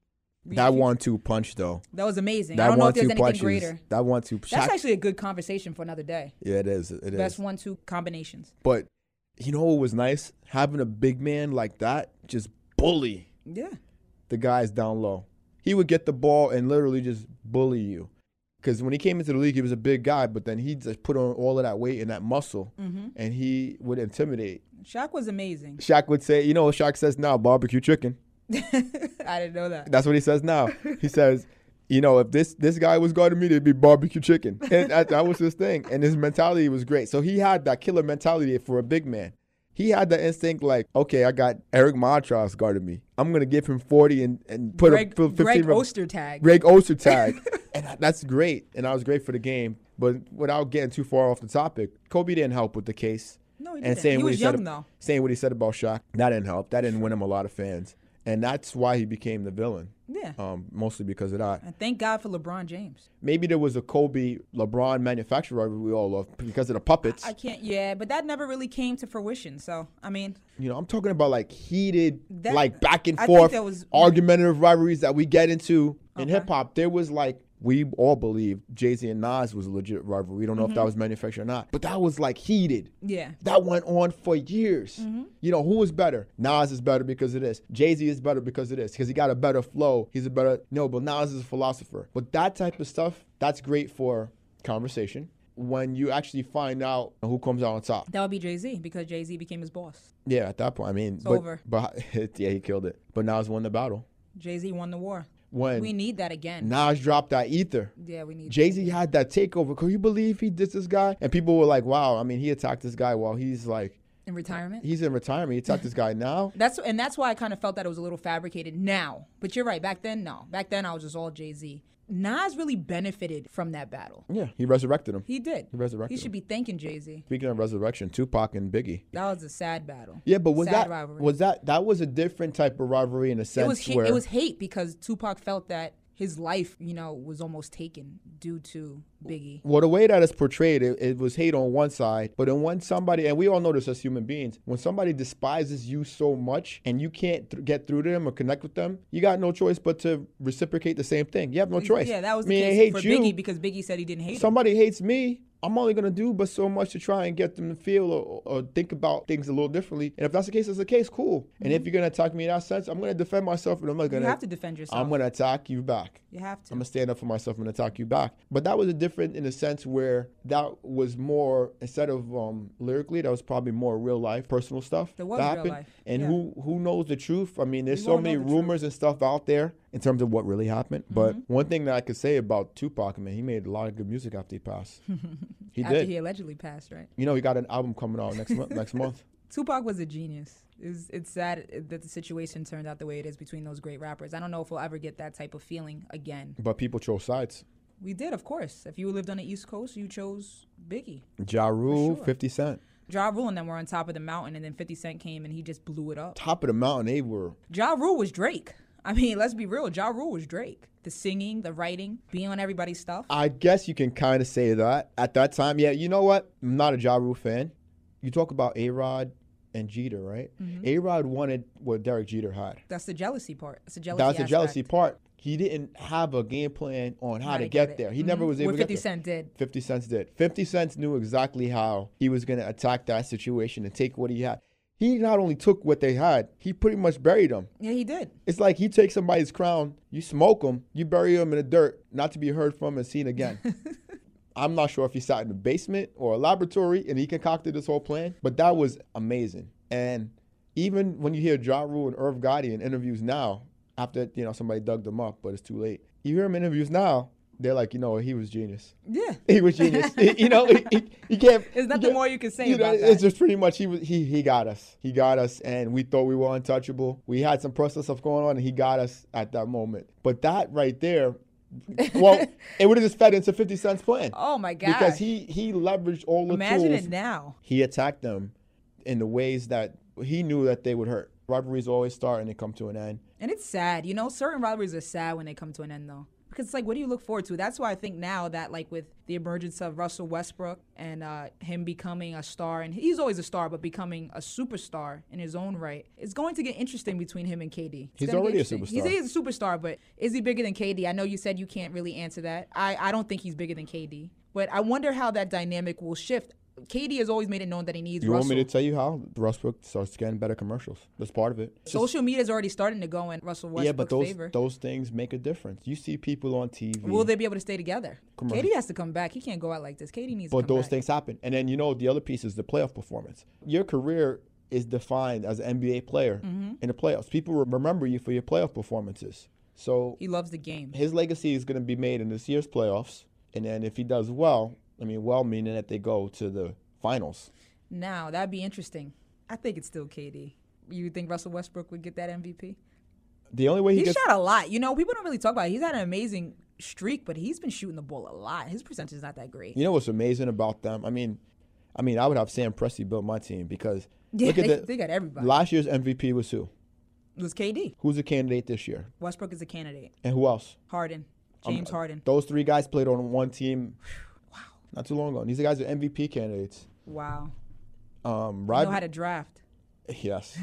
[SPEAKER 1] reach
[SPEAKER 8] that
[SPEAKER 1] you.
[SPEAKER 8] one-two punch though.
[SPEAKER 1] That was amazing.
[SPEAKER 8] That
[SPEAKER 1] I don't know if
[SPEAKER 8] one-two
[SPEAKER 1] there's anything
[SPEAKER 8] punches.
[SPEAKER 1] greater.
[SPEAKER 8] That one-two.
[SPEAKER 1] That's
[SPEAKER 8] Shaq-
[SPEAKER 1] actually a good conversation for another day.
[SPEAKER 8] Yeah, it is. It is.
[SPEAKER 1] Best one-two combinations.
[SPEAKER 8] But you know what was nice? Having a big man like that just bully
[SPEAKER 1] Yeah.
[SPEAKER 8] the guys down low. He would get the ball and literally just bully you. Because when he came into the league, he was a big guy, but then he just put on all of that weight and that muscle,
[SPEAKER 1] Mm-hmm.
[SPEAKER 8] and he would intimidate.
[SPEAKER 1] Shaq was amazing. (laughs)
[SPEAKER 8] Shaq would say, You know what Shaq says now? Barbecue chicken.
[SPEAKER 1] I didn't know that.
[SPEAKER 8] That's what he says now.
[SPEAKER 1] (laughs)
[SPEAKER 8] He says, you know, if this this guy was guarding me, it'd be barbecue chicken, and that, that was his thing. And his mentality was great. So he had that killer mentality for a big man. He had the instinct like, okay, I got Eric Montross guarding me. I'm gonna give him 40 and, and put
[SPEAKER 1] Greg,
[SPEAKER 8] a f- 15.
[SPEAKER 1] Greg
[SPEAKER 8] rep-
[SPEAKER 1] Ostertag.
[SPEAKER 8] Greg
[SPEAKER 1] (laughs)
[SPEAKER 8] Oster tag, and that- that's great. And I was great for the game. But without getting too far off the topic, Kobe didn't help with the case.
[SPEAKER 1] No, he
[SPEAKER 8] and
[SPEAKER 1] didn't.
[SPEAKER 8] Saying
[SPEAKER 1] He
[SPEAKER 8] what
[SPEAKER 1] was
[SPEAKER 8] he said
[SPEAKER 1] young,
[SPEAKER 8] ab-
[SPEAKER 1] though.
[SPEAKER 8] Saying what he said about Shaq, that didn't help. That didn't win him a lot of fans, and that's why he became the villain.
[SPEAKER 1] Yeah.
[SPEAKER 8] Um, mostly because of that.
[SPEAKER 1] and thank God for LeBron James.
[SPEAKER 8] Maybe there was a Kobe LeBron manufacturer rivalry we all love because of the puppets.
[SPEAKER 1] I can't. Yeah, but that never really came to fruition. So I mean,
[SPEAKER 8] you know, I'm talking about like heated,
[SPEAKER 1] That-
[SPEAKER 8] like back and
[SPEAKER 1] I think
[SPEAKER 8] forth,
[SPEAKER 1] that was-
[SPEAKER 8] argumentative rivalries that we get into in hip hop. There was like we all believe Jay Z and Nas was a legit rivalry. We don't know if that was manufactured or not, but that was like heated.
[SPEAKER 1] Mm-hmm. Yeah. Mm-hmm.
[SPEAKER 8] that went on for years. You know, who was better? Nas is better because of this. Jay Z is better because of this because he got a better flow. He's a better no, but Nas is a philosopher. But that type of stuff, that's great for conversation. When you actually find out who comes out on top.
[SPEAKER 1] that would be Jay Z because Jay Z became his boss.
[SPEAKER 8] Yeah, at that point, I mean, it's but,
[SPEAKER 1] over.
[SPEAKER 8] But (laughs) yeah, he killed it. But Nas won the battle.
[SPEAKER 1] Jay Z won the war.
[SPEAKER 8] When
[SPEAKER 1] We need that again.
[SPEAKER 8] Nas dropped that ether,
[SPEAKER 1] yeah, we need.
[SPEAKER 8] Jay Z had that takeover. Could you believe he did this guy? And people were like, "Wow!" I mean, he attacked this guy while he's like,
[SPEAKER 1] in retirement.
[SPEAKER 8] he's in retirement. He attacked this
[SPEAKER 1] (laughs)
[SPEAKER 8] guy now.
[SPEAKER 1] That's and that's why I kind of felt that it was a little fabricated now. But you're right. Back then, no. Back then, I was just all Jay Z. Nas really benefited from that battle.
[SPEAKER 8] Yeah, he resurrected him.
[SPEAKER 1] He did. He
[SPEAKER 8] resurrected
[SPEAKER 1] He should
[SPEAKER 8] him.
[SPEAKER 1] be thanking Jay Z.
[SPEAKER 8] Speaking of resurrection, Tupac and Biggie.
[SPEAKER 1] That was a sad battle.
[SPEAKER 8] Yeah, but was
[SPEAKER 1] sad
[SPEAKER 8] that
[SPEAKER 1] rivalry.
[SPEAKER 8] was that that was a different type of rivalry in a sense
[SPEAKER 1] it was ha-
[SPEAKER 8] where
[SPEAKER 1] it was hate because Tupac felt that his life, you know, was almost taken due to Biggie.
[SPEAKER 8] Well, the way that it's portrayed, it, it was hate on one side, but then when somebody, and we all know this as human beings, when somebody despises you so much and you can't th- get through to them or connect with them, you got no choice but to reciprocate the same thing. You have no choice.
[SPEAKER 1] Yeah, that was
[SPEAKER 8] I mean,
[SPEAKER 1] the
[SPEAKER 8] they
[SPEAKER 1] case
[SPEAKER 8] hate
[SPEAKER 1] for
[SPEAKER 8] you.
[SPEAKER 1] Biggie because Biggie said he didn't hate him.
[SPEAKER 8] somebody hates me. I'm only gonna do but so much to try and get them to feel or, or think about things a little differently. And if that's the case, that's the case. Cool. And if you're gonna attack me in that sense, I'm gonna defend myself, and I'm not gonna.
[SPEAKER 1] Mm-hmm. have to defend yourself.
[SPEAKER 8] I'm gonna attack you back.
[SPEAKER 1] You have to.
[SPEAKER 8] I'm gonna stand up for myself and attack you back. But that was a different in a sense where that was more instead of um, lyrically, that was probably more real life, personal stuff
[SPEAKER 1] There was
[SPEAKER 8] that
[SPEAKER 1] real
[SPEAKER 8] happened.
[SPEAKER 1] life,
[SPEAKER 8] And
[SPEAKER 1] yeah.
[SPEAKER 8] who who knows the truth? I mean, there's
[SPEAKER 1] We
[SPEAKER 8] so
[SPEAKER 1] won't know
[SPEAKER 8] many
[SPEAKER 1] the truth. Mm-hmm.
[SPEAKER 8] rumors and stuff out there in terms of what really happened. But one thing that I could say about Tupac, I mean, he made a lot of good music after he passed. he
[SPEAKER 1] (laughs) After
[SPEAKER 8] did.
[SPEAKER 1] he allegedly passed, right?
[SPEAKER 8] you know, he got an album coming out next month.
[SPEAKER 1] (laughs)
[SPEAKER 8] Next month.
[SPEAKER 1] Tupac was a genius. It's, it's sad that the situation turned out the way it is between those great rappers. I don't know if we'll ever get that type of feeling again.
[SPEAKER 8] But people chose sides.
[SPEAKER 1] We did, of course. If you lived on the East Coast, you chose Biggie.
[SPEAKER 8] Ja Rule,
[SPEAKER 1] sure.
[SPEAKER 8] 50 Cent.
[SPEAKER 1] Ja Rule and them were on top of the mountain, and then 50 Cent came and he just blew it up.
[SPEAKER 8] Top of the mountain, they were
[SPEAKER 1] Ja Rule was Drake. I mean, let's be real. Ja Rule was Drake. The singing, the writing, being on everybody's stuff.
[SPEAKER 8] I guess you can kind of say that at that time. Yeah, you know what? I'm not a Ja Rule fan. You talk about A Rod and Jeter, right? A Rod wanted what Derek Jeter had.
[SPEAKER 1] That's the jealousy part. That's the jealousy.
[SPEAKER 8] That's the jealousy
[SPEAKER 1] aspect.
[SPEAKER 8] part. He didn't have a game plan on how
[SPEAKER 1] How
[SPEAKER 8] to
[SPEAKER 1] to
[SPEAKER 8] get
[SPEAKER 1] get it. Mm-hmm.
[SPEAKER 8] there. He never was able
[SPEAKER 1] What
[SPEAKER 8] to get
[SPEAKER 1] 50
[SPEAKER 8] there.
[SPEAKER 1] Cent did.
[SPEAKER 8] 50 Cent did. 50 Cent knew exactly how he was going to attack that situation and take what he had. He not only took what they had, he pretty much buried them.
[SPEAKER 1] Yeah, he
[SPEAKER 8] (laughs)
[SPEAKER 1] did.
[SPEAKER 8] It's like you take somebody's crown, you smoke them, you bury them in the dirt, not to be heard from and
[SPEAKER 1] (laughs)
[SPEAKER 8] seen again. I'm not sure if he sat in the basement or a laboratory and he concocted this whole plan, but that was amazing. And even when you hear Ja Rule and Irv Gotti in interviews now, after you know somebody dug them up, but it's too late. You hear him in interviews now. they're like, you know, what, he was genius.
[SPEAKER 1] Yeah.
[SPEAKER 8] He was genius. He- you know, he, he, he can't.
[SPEAKER 1] There's nothing
[SPEAKER 8] he can't-
[SPEAKER 1] more you can say
[SPEAKER 8] know,
[SPEAKER 1] about
[SPEAKER 8] It's
[SPEAKER 1] that.
[SPEAKER 8] just pretty much he was he he got us. He got us, and we thought we were untouchable. We had some personal stuff going on, and he got us at that moment. But that right there, well,
[SPEAKER 1] (laughs)
[SPEAKER 8] it would have just fed into Fifty Cent's plan.
[SPEAKER 1] Oh my god.
[SPEAKER 8] Because he he leveraged all the
[SPEAKER 1] Imagine
[SPEAKER 8] tools.
[SPEAKER 1] it now.
[SPEAKER 8] He attacked them in the ways that he knew that they would hurt. Rivalries always start and they come to an end.
[SPEAKER 1] And it's sad, you know. Certain rivalries are sad when they come to an end, though, because it's like, what do you look forward to? That's why I think now that, like, with the emergence of Russell Westbrook and uh, him becoming a star, and he's always a star, but becoming a superstar in his own right, it's going to get interesting between him and KD. It's
[SPEAKER 8] He's
[SPEAKER 1] gonna be
[SPEAKER 8] already a
[SPEAKER 1] interesting. He's,
[SPEAKER 8] superstar.
[SPEAKER 1] he's a superstar, but is he bigger than KD? I know you said you can't really answer that. I, I don't think he's bigger than KD, but I wonder how that dynamic will shift. KD has always made it known that he needs
[SPEAKER 8] You
[SPEAKER 1] Russell.
[SPEAKER 8] want me to tell you how Westbrook starts getting better commercials? That's part of it. It's just-
[SPEAKER 1] Social media's already starting to go in Russell Westbrook's
[SPEAKER 8] yeah, but those
[SPEAKER 1] favor.
[SPEAKER 8] those things make a difference. You see people on TV.
[SPEAKER 1] Will they be able to stay together?
[SPEAKER 8] Come on.
[SPEAKER 1] Katie has to come back. He can't go out like this. Katie needs to
[SPEAKER 8] But
[SPEAKER 1] come
[SPEAKER 8] those
[SPEAKER 1] back.
[SPEAKER 8] things happen. And then you know the other piece is the playoff performance. Your career is defined as an NBA player
[SPEAKER 1] Mm-hmm.
[SPEAKER 8] in the playoffs. People re- remember you for your playoff performances. So
[SPEAKER 1] He loves the game.
[SPEAKER 8] his legacy is going to be made in this year's playoffs. And then if he does well, I mean, well meaning that they go to the finals.
[SPEAKER 1] Now, that'd be interesting. I think it's still KD. You think Russell Westbrook would get that MVP?
[SPEAKER 8] The only way he,
[SPEAKER 1] He
[SPEAKER 8] gets
[SPEAKER 1] shot a lot. You know, people don't really talk about it. He's had an amazing streak, but he's been shooting the ball a lot. His percentage is not that great.
[SPEAKER 8] You know what's amazing about them? I mean, I mean, I would have Sam Presti build my team because
[SPEAKER 1] Yeah,
[SPEAKER 8] look at
[SPEAKER 1] they-
[SPEAKER 8] the,
[SPEAKER 1] (laughs) they got everybody.
[SPEAKER 8] Last year's MVP was who?
[SPEAKER 1] It was KD.
[SPEAKER 8] Who's the candidate this year?
[SPEAKER 1] Westbrook is a candidate.
[SPEAKER 8] And who else?
[SPEAKER 1] Harden. James Harden.
[SPEAKER 8] Those three guys played on one team. Not too long ago. And These guys are MVP candidates.
[SPEAKER 1] Wow.
[SPEAKER 8] Um,
[SPEAKER 1] know
[SPEAKER 8] rival-
[SPEAKER 1] how to draft.
[SPEAKER 8] (laughs)
[SPEAKER 1] (laughs)
[SPEAKER 8] yes.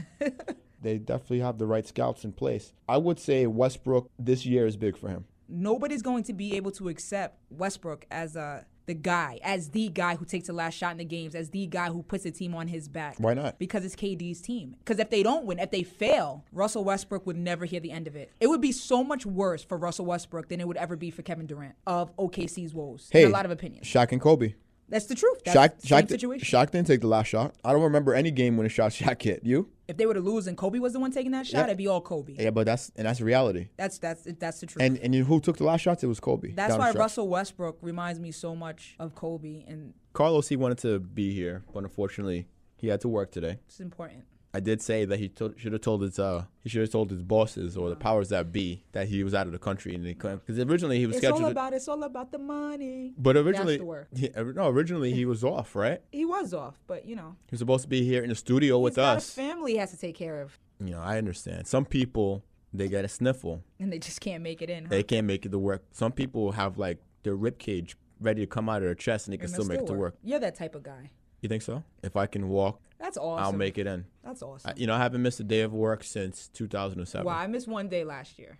[SPEAKER 8] they definitely have the right scouts in place. I would say Westbrook this year is big for him.
[SPEAKER 1] nobody's going to be able to accept Westbrook as uh the guy, as the guy who takes the last shot in the games, as the guy who puts the team on his back.
[SPEAKER 8] Why not?
[SPEAKER 1] Because it's KD's team. Because if they don't win, if they fail, Russell Westbrook would never hear the end of it. It would be so much worse for Russell Westbrook than it would ever be for Kevin Durant of OKC's woes. in a lot of opinions.
[SPEAKER 8] Shaq and Kobe.
[SPEAKER 1] That's the truth. That's
[SPEAKER 8] Shaq,
[SPEAKER 1] the same
[SPEAKER 8] Shaq,
[SPEAKER 1] situation.
[SPEAKER 8] Shaq didn't take the last shot. I don't remember any game when a shot (laughs) Shaq hit. You?
[SPEAKER 1] if they were to lose and Kobe was the one taking that shot, it'd be all Kobe.
[SPEAKER 8] Yeah, but that's and that's reality.
[SPEAKER 1] That's that's that's the truth.
[SPEAKER 8] And and you- who took the last shots? It was Kobe.
[SPEAKER 1] that's
[SPEAKER 8] down the
[SPEAKER 1] why
[SPEAKER 8] stretch.
[SPEAKER 1] Russell Westbrook reminds me so much of Kobe, and
[SPEAKER 8] Carlos he wanted to be here, but unfortunately he had to work today.
[SPEAKER 1] it's important.
[SPEAKER 8] I did say that he to- should have told his uh he should have told his bosses
[SPEAKER 1] Mm.
[SPEAKER 8] or the powers that be that he was out of the country and he couldn't because originally he was
[SPEAKER 1] It's
[SPEAKER 8] scheduled.
[SPEAKER 1] all
[SPEAKER 8] to-
[SPEAKER 1] about it's all about the money.
[SPEAKER 8] but originally,
[SPEAKER 1] the word.
[SPEAKER 8] he- or- no, originally he was off, right?
[SPEAKER 1] He was off, but you know,
[SPEAKER 8] He was supposed to be here in the studio
[SPEAKER 1] he's
[SPEAKER 8] with
[SPEAKER 1] got
[SPEAKER 8] us.
[SPEAKER 1] a family he has to take care of,
[SPEAKER 8] You know, I understand. Some people they get a sniffle,
[SPEAKER 1] and they just can't make it in. Huh?
[SPEAKER 8] they can't make it to work. Some people have like their rib cage ready to come out of their chest and they can
[SPEAKER 1] And
[SPEAKER 8] still
[SPEAKER 1] they'll
[SPEAKER 8] make it to work.
[SPEAKER 1] You're that type of guy.
[SPEAKER 8] You think so? If I can walk,
[SPEAKER 1] That's awesome.
[SPEAKER 8] I'll make it in.
[SPEAKER 1] That's awesome.
[SPEAKER 8] I, you know, I haven't missed a day of work since 2007.
[SPEAKER 1] well, I missed one day last year.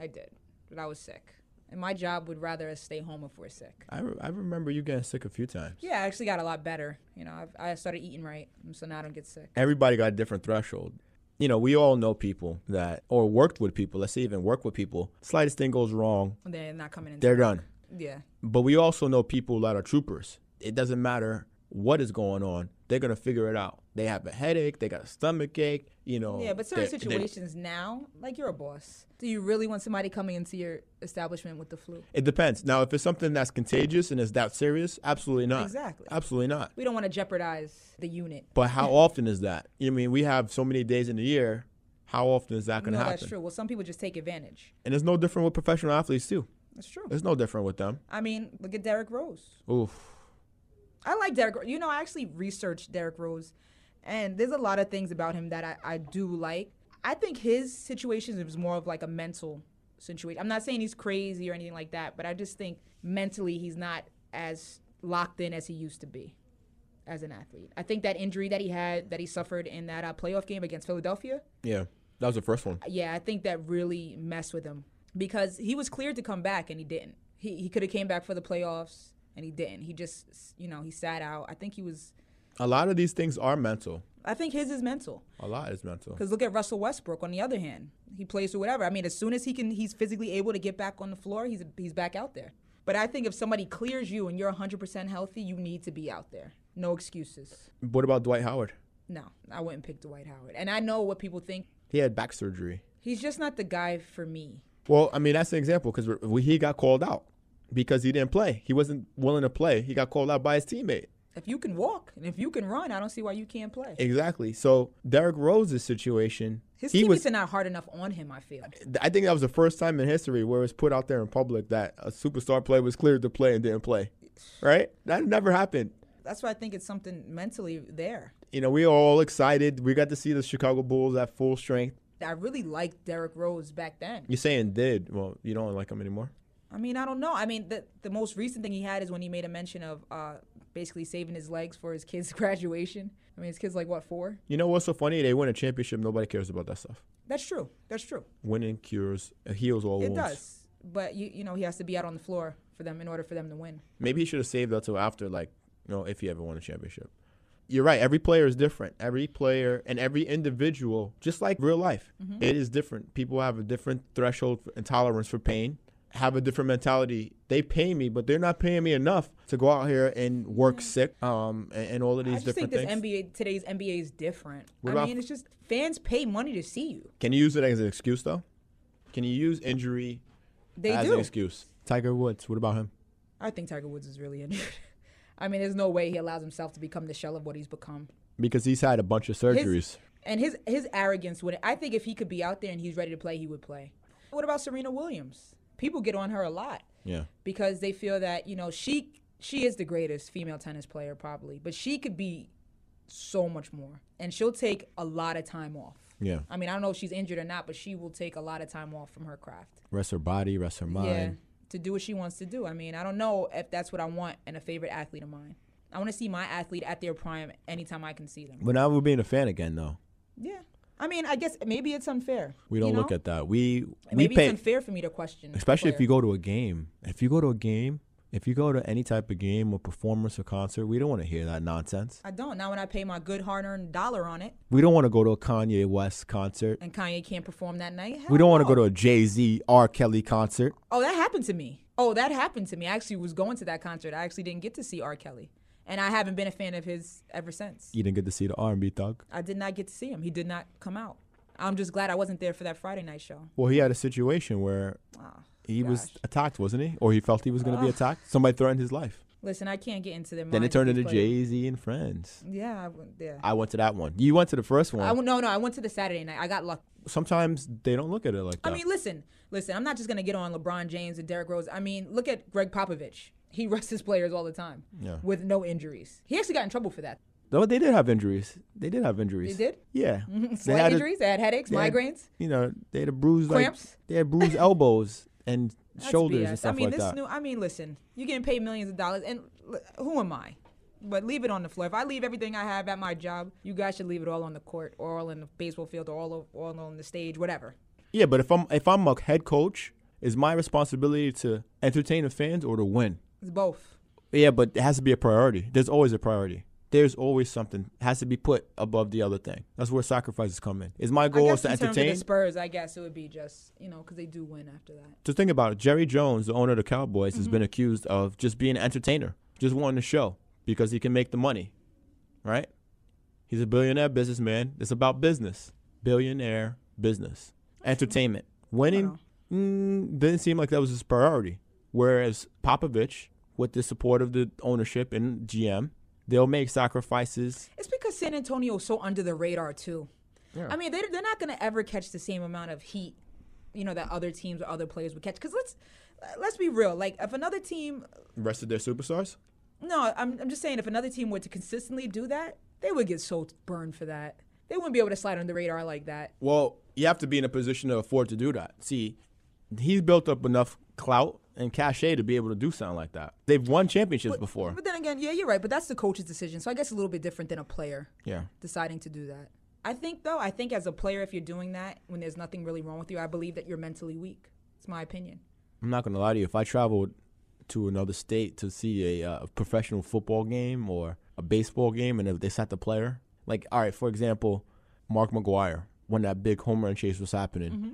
[SPEAKER 1] I did, but I was sick, and my job would rather us stay home if we're sick.
[SPEAKER 8] I, re- I remember you getting sick a few times.
[SPEAKER 1] Yeah, I actually got a lot better. You know, I've, I started eating right, so now I don't get sick.
[SPEAKER 8] Everybody got a different threshold. You know, we all know people that, or worked with people, let's say even work with people, slightest thing goes wrong,
[SPEAKER 1] And they're not coming in.
[SPEAKER 8] they're done.
[SPEAKER 1] yeah,
[SPEAKER 8] But we also know people that are troopers. It doesn't matter what is going on, they're going to figure it out. They have a headache, they got a stomach ache, you know.
[SPEAKER 1] yeah, but certain
[SPEAKER 8] Oh, they- they-
[SPEAKER 1] situations now, like you're a boss. Do you really want somebody coming into your establishment with the flu?
[SPEAKER 8] It depends. Now, if it's something that's contagious and is that serious, absolutely not.
[SPEAKER 1] Exactly.
[SPEAKER 8] Absolutely not.
[SPEAKER 1] We don't want to jeopardize the unit.
[SPEAKER 8] But how often is that? I mean, we have so many days in the year. How often is that going
[SPEAKER 1] No,
[SPEAKER 8] to happen?
[SPEAKER 1] that's true. Well, some people just take advantage.
[SPEAKER 8] And it's no different with professional athletes too.
[SPEAKER 1] That's true.
[SPEAKER 8] It's no different with them.
[SPEAKER 1] I mean, look at Derrick Rose.
[SPEAKER 8] Oof.
[SPEAKER 1] I like Derrick. Ro- You know, I actually researched Derrick Rose, and there's a lot of things about him that I, I do like. I think his situation is more of like a mental situation. I'm not saying he's crazy or anything like that, but I just think mentally he's not as locked in as he used to be as an athlete. I think that injury that he had, that he suffered in that uh, playoff game against Philadelphia,
[SPEAKER 8] Yeah, that was the first one.
[SPEAKER 1] yeah, I think that really messed with him because he was cleared to come back and he didn't. He he could have came back for the playoffs and he didn't. He just you know he sat out. I think he was.
[SPEAKER 8] A lot of these things are mental.
[SPEAKER 1] I think his is mental
[SPEAKER 8] A lot is mental.
[SPEAKER 1] because look at Russell Westbrook. On the other hand, he plays for whatever. I mean, as soon as he can, he's physically able to get back on the floor. He's he's back out there. But I think if somebody clears you and you're 100% healthy, you need to be out there. No excuses.
[SPEAKER 8] What about Dwight Howard?
[SPEAKER 1] No, I wouldn't pick Dwight Howard. And I know what people think.
[SPEAKER 8] He had back surgery.
[SPEAKER 1] He's just not the guy for me.
[SPEAKER 8] Well, I mean that's an example because he got called out. because he didn't play. He wasn't willing to play. He got called out by his teammate.
[SPEAKER 1] If you can walk and if you can run, I don't see why you can't play.
[SPEAKER 8] Exactly. So Derrick Rose's situation,
[SPEAKER 1] His
[SPEAKER 8] he
[SPEAKER 1] teammates
[SPEAKER 8] was.
[SPEAKER 1] are not hard enough on him. I feel.
[SPEAKER 8] I think that was the first time in history where it was put out there in public that a superstar player was cleared to play and didn't play. Right? That never happened.
[SPEAKER 1] That's why I think it's something mentally there.
[SPEAKER 8] You know, we are all excited. We got to see the Chicago Bulls at full strength.
[SPEAKER 1] I really liked Derrick Rose back then.
[SPEAKER 8] You're saying did. Well, you don't like him anymore.
[SPEAKER 1] I mean, I don't know. I mean, the the most recent thing he had is when he made a mention of uh, basically saving his legs for his kid's (laughs) graduation. I mean, his kid's like what four?
[SPEAKER 8] You know what's so funny? They win a championship. Nobody cares about that stuff.
[SPEAKER 1] That's true. That's true.
[SPEAKER 8] Winning cures, uh, heals all
[SPEAKER 1] It
[SPEAKER 8] wounds.
[SPEAKER 1] does. But you you know he has to be out on the floor for them in order for them to win.
[SPEAKER 8] Maybe he should have saved that till after, like, you know, if he ever won a championship. You're right. Every player is different. Every player and every individual, just like real life,
[SPEAKER 1] Mm-hmm.
[SPEAKER 8] it is different. People have a different threshold for- and tolerance for pain, have a different mentality. They pay me, but they're not paying me enough to go out here and work sick um, and, and all of
[SPEAKER 1] Mm-hmm. I
[SPEAKER 8] these
[SPEAKER 1] just think
[SPEAKER 8] different
[SPEAKER 1] this
[SPEAKER 8] things.
[SPEAKER 1] NBA today's NBA is different.
[SPEAKER 8] What
[SPEAKER 1] I
[SPEAKER 8] about-
[SPEAKER 1] mean, it's just fans pay money to see you.
[SPEAKER 8] Can you use it as an excuse, though? Can you use injury
[SPEAKER 1] They
[SPEAKER 8] as
[SPEAKER 1] do.
[SPEAKER 8] an excuse? Tiger Woods, what about him?
[SPEAKER 1] I think Tiger Woods is really (laughs) injured. I mean, there's no way he allows himself to become the shell of what he's become.
[SPEAKER 8] Because he's had a bunch of
[SPEAKER 1] His-
[SPEAKER 8] surgeries.
[SPEAKER 1] and his his arrogance would. I think if he could be out there and he's ready to play, he would play. What about Serena Williams? People get on her a lot
[SPEAKER 8] yeah.
[SPEAKER 1] because they feel that you know she she is the greatest female tennis player probably, but she could be so much more, and she'll take a lot of time off.
[SPEAKER 8] Yeah.
[SPEAKER 1] I mean, I don't know if she's injured or not, but she will take a lot of time off from her craft.
[SPEAKER 8] Rest her body, rest her mind.
[SPEAKER 1] Yeah, to do what she wants to do. I mean, I don't know if that's what I want in a favorite athlete of mine. I want to see my athlete at their prime anytime I can see them.
[SPEAKER 8] But now we're being a fan again, though.
[SPEAKER 1] Yeah. I mean, I guess maybe it's unfair.
[SPEAKER 8] We
[SPEAKER 1] you
[SPEAKER 8] don't look
[SPEAKER 1] know?
[SPEAKER 8] at that. We we
[SPEAKER 1] Maybe
[SPEAKER 8] pay,
[SPEAKER 1] it's unfair for me to question. a
[SPEAKER 8] especially if
[SPEAKER 1] player.
[SPEAKER 8] you go to a game. If you go to a game, if you go to any type of game or performance or concert, we don't want to hear that nonsense.
[SPEAKER 1] I don't. Now when I pay my good hard-earned dollar on it,
[SPEAKER 8] We don't want to go to a Kanye West concert.
[SPEAKER 1] and Kanye can't perform that night,
[SPEAKER 8] We don't want to go
[SPEAKER 1] hell
[SPEAKER 8] to a Jay Z, R. Kelly concert.
[SPEAKER 1] no. Oh, that happened to me. Oh, that happened to me. I actually was going to that concert. I actually didn't get to see R. Kelly, and I haven't been a fan of his ever since.
[SPEAKER 8] You didn't get to see the R and B thug.
[SPEAKER 1] I did not get to see him. He did not come out. I'm just glad I wasn't there for that Friday night show.
[SPEAKER 8] Well, he had a situation where he was
[SPEAKER 1] Ah, gosh.
[SPEAKER 8] attacked, wasn't he? Or he felt he was going to be attacked. Somebody threatened his life.
[SPEAKER 1] Listen, I can't get into their.
[SPEAKER 8] Then it
[SPEAKER 1] minds
[SPEAKER 8] turned
[SPEAKER 1] with
[SPEAKER 8] into
[SPEAKER 1] these
[SPEAKER 8] Jay Z and Friends.
[SPEAKER 1] players. Yeah, I went there. I,
[SPEAKER 8] I went to that one. You went to the first one.
[SPEAKER 1] w- no, no, I went to the Saturday night. I got lucky.
[SPEAKER 8] Sometimes they don't look at it like that.
[SPEAKER 1] I mean, listen, listen. I'm not just gonna get on LeBron James and Derrick Rose. I mean, look at Greg Popovich. He rests his players all the time
[SPEAKER 8] Yeah.
[SPEAKER 1] with no injuries. He actually got in trouble for that. (laughs)
[SPEAKER 8] Though they did have injuries. They did have injuries.
[SPEAKER 1] They did?
[SPEAKER 8] Yeah.
[SPEAKER 1] (laughs) Slight
[SPEAKER 8] had a-
[SPEAKER 1] injuries. they had headaches,
[SPEAKER 8] they had-
[SPEAKER 1] migraines,
[SPEAKER 8] you know, they had a bruised like
[SPEAKER 1] Cramps?
[SPEAKER 8] they had
[SPEAKER 1] (laughs)
[SPEAKER 8] bruised elbows and
[SPEAKER 1] That's
[SPEAKER 8] shoulders
[SPEAKER 1] BS.
[SPEAKER 8] and stuff
[SPEAKER 1] I mean,
[SPEAKER 8] like
[SPEAKER 1] this
[SPEAKER 8] that.
[SPEAKER 1] new. I mean, listen. You're getting paid millions of dollars, and l- who am I? But leave it on the floor. If I leave everything I have at my job, you guys should leave it all on the court, or all in the baseball field, or all, o- all on the stage, whatever.
[SPEAKER 8] yeah, but if I'm if I'm a head coach, it's my responsibility to entertain the fans or to win.
[SPEAKER 1] It's both.
[SPEAKER 8] Yeah, but it has to be a priority. There's always a priority. There's always something has to be put above the other thing. That's where sacrifices come in. Is my
[SPEAKER 1] I
[SPEAKER 8] goal
[SPEAKER 1] guess
[SPEAKER 8] is to
[SPEAKER 1] in terms of the
[SPEAKER 8] entertain?
[SPEAKER 1] Spurs, I guess it would be just you know because they do win after that.
[SPEAKER 8] Just think about it. Jerry Jones, the owner of the Cowboys, has been accused of just being an entertainer, just wanting to show because he can make the money, right? He's a billionaire businessman. It's about business, billionaire business, entertainment. Winning mm, didn't seem like that was his priority. Whereas Popovich, with the support of the ownership and GM, they'll make sacrifices.
[SPEAKER 1] It's because San Antonio is so under the radar too. I mean, they, they're not going to ever catch the same amount of heat, you know, that other teams or other players would catch. Because let's let's be real. Like, if another team,
[SPEAKER 8] Rest of their superstars.
[SPEAKER 1] no, I'm, I'm just saying, if another team were to consistently do that, they would get so burned for that. They wouldn't be able to slide under the radar like that.
[SPEAKER 8] Well, you have to be in a position to afford to do that. See, he's built up enough clout and cachet to be able to do something like that. They've won championships before.
[SPEAKER 1] But then again, yeah, you're right. But that's the coach's decision. So I guess a little bit different than a player.
[SPEAKER 8] Yeah.
[SPEAKER 1] Deciding to do that. I think though, I think as a player, if you're doing that when there's nothing really wrong with you, I believe that you're mentally weak. It's my opinion.
[SPEAKER 8] I'm not gonna lie to you. If I traveled to another state to see a uh, professional football game or a baseball game, and if they sat the player, like all right, for example, Mark McGuire, when that big home run chase was happening,
[SPEAKER 1] Mm-hmm.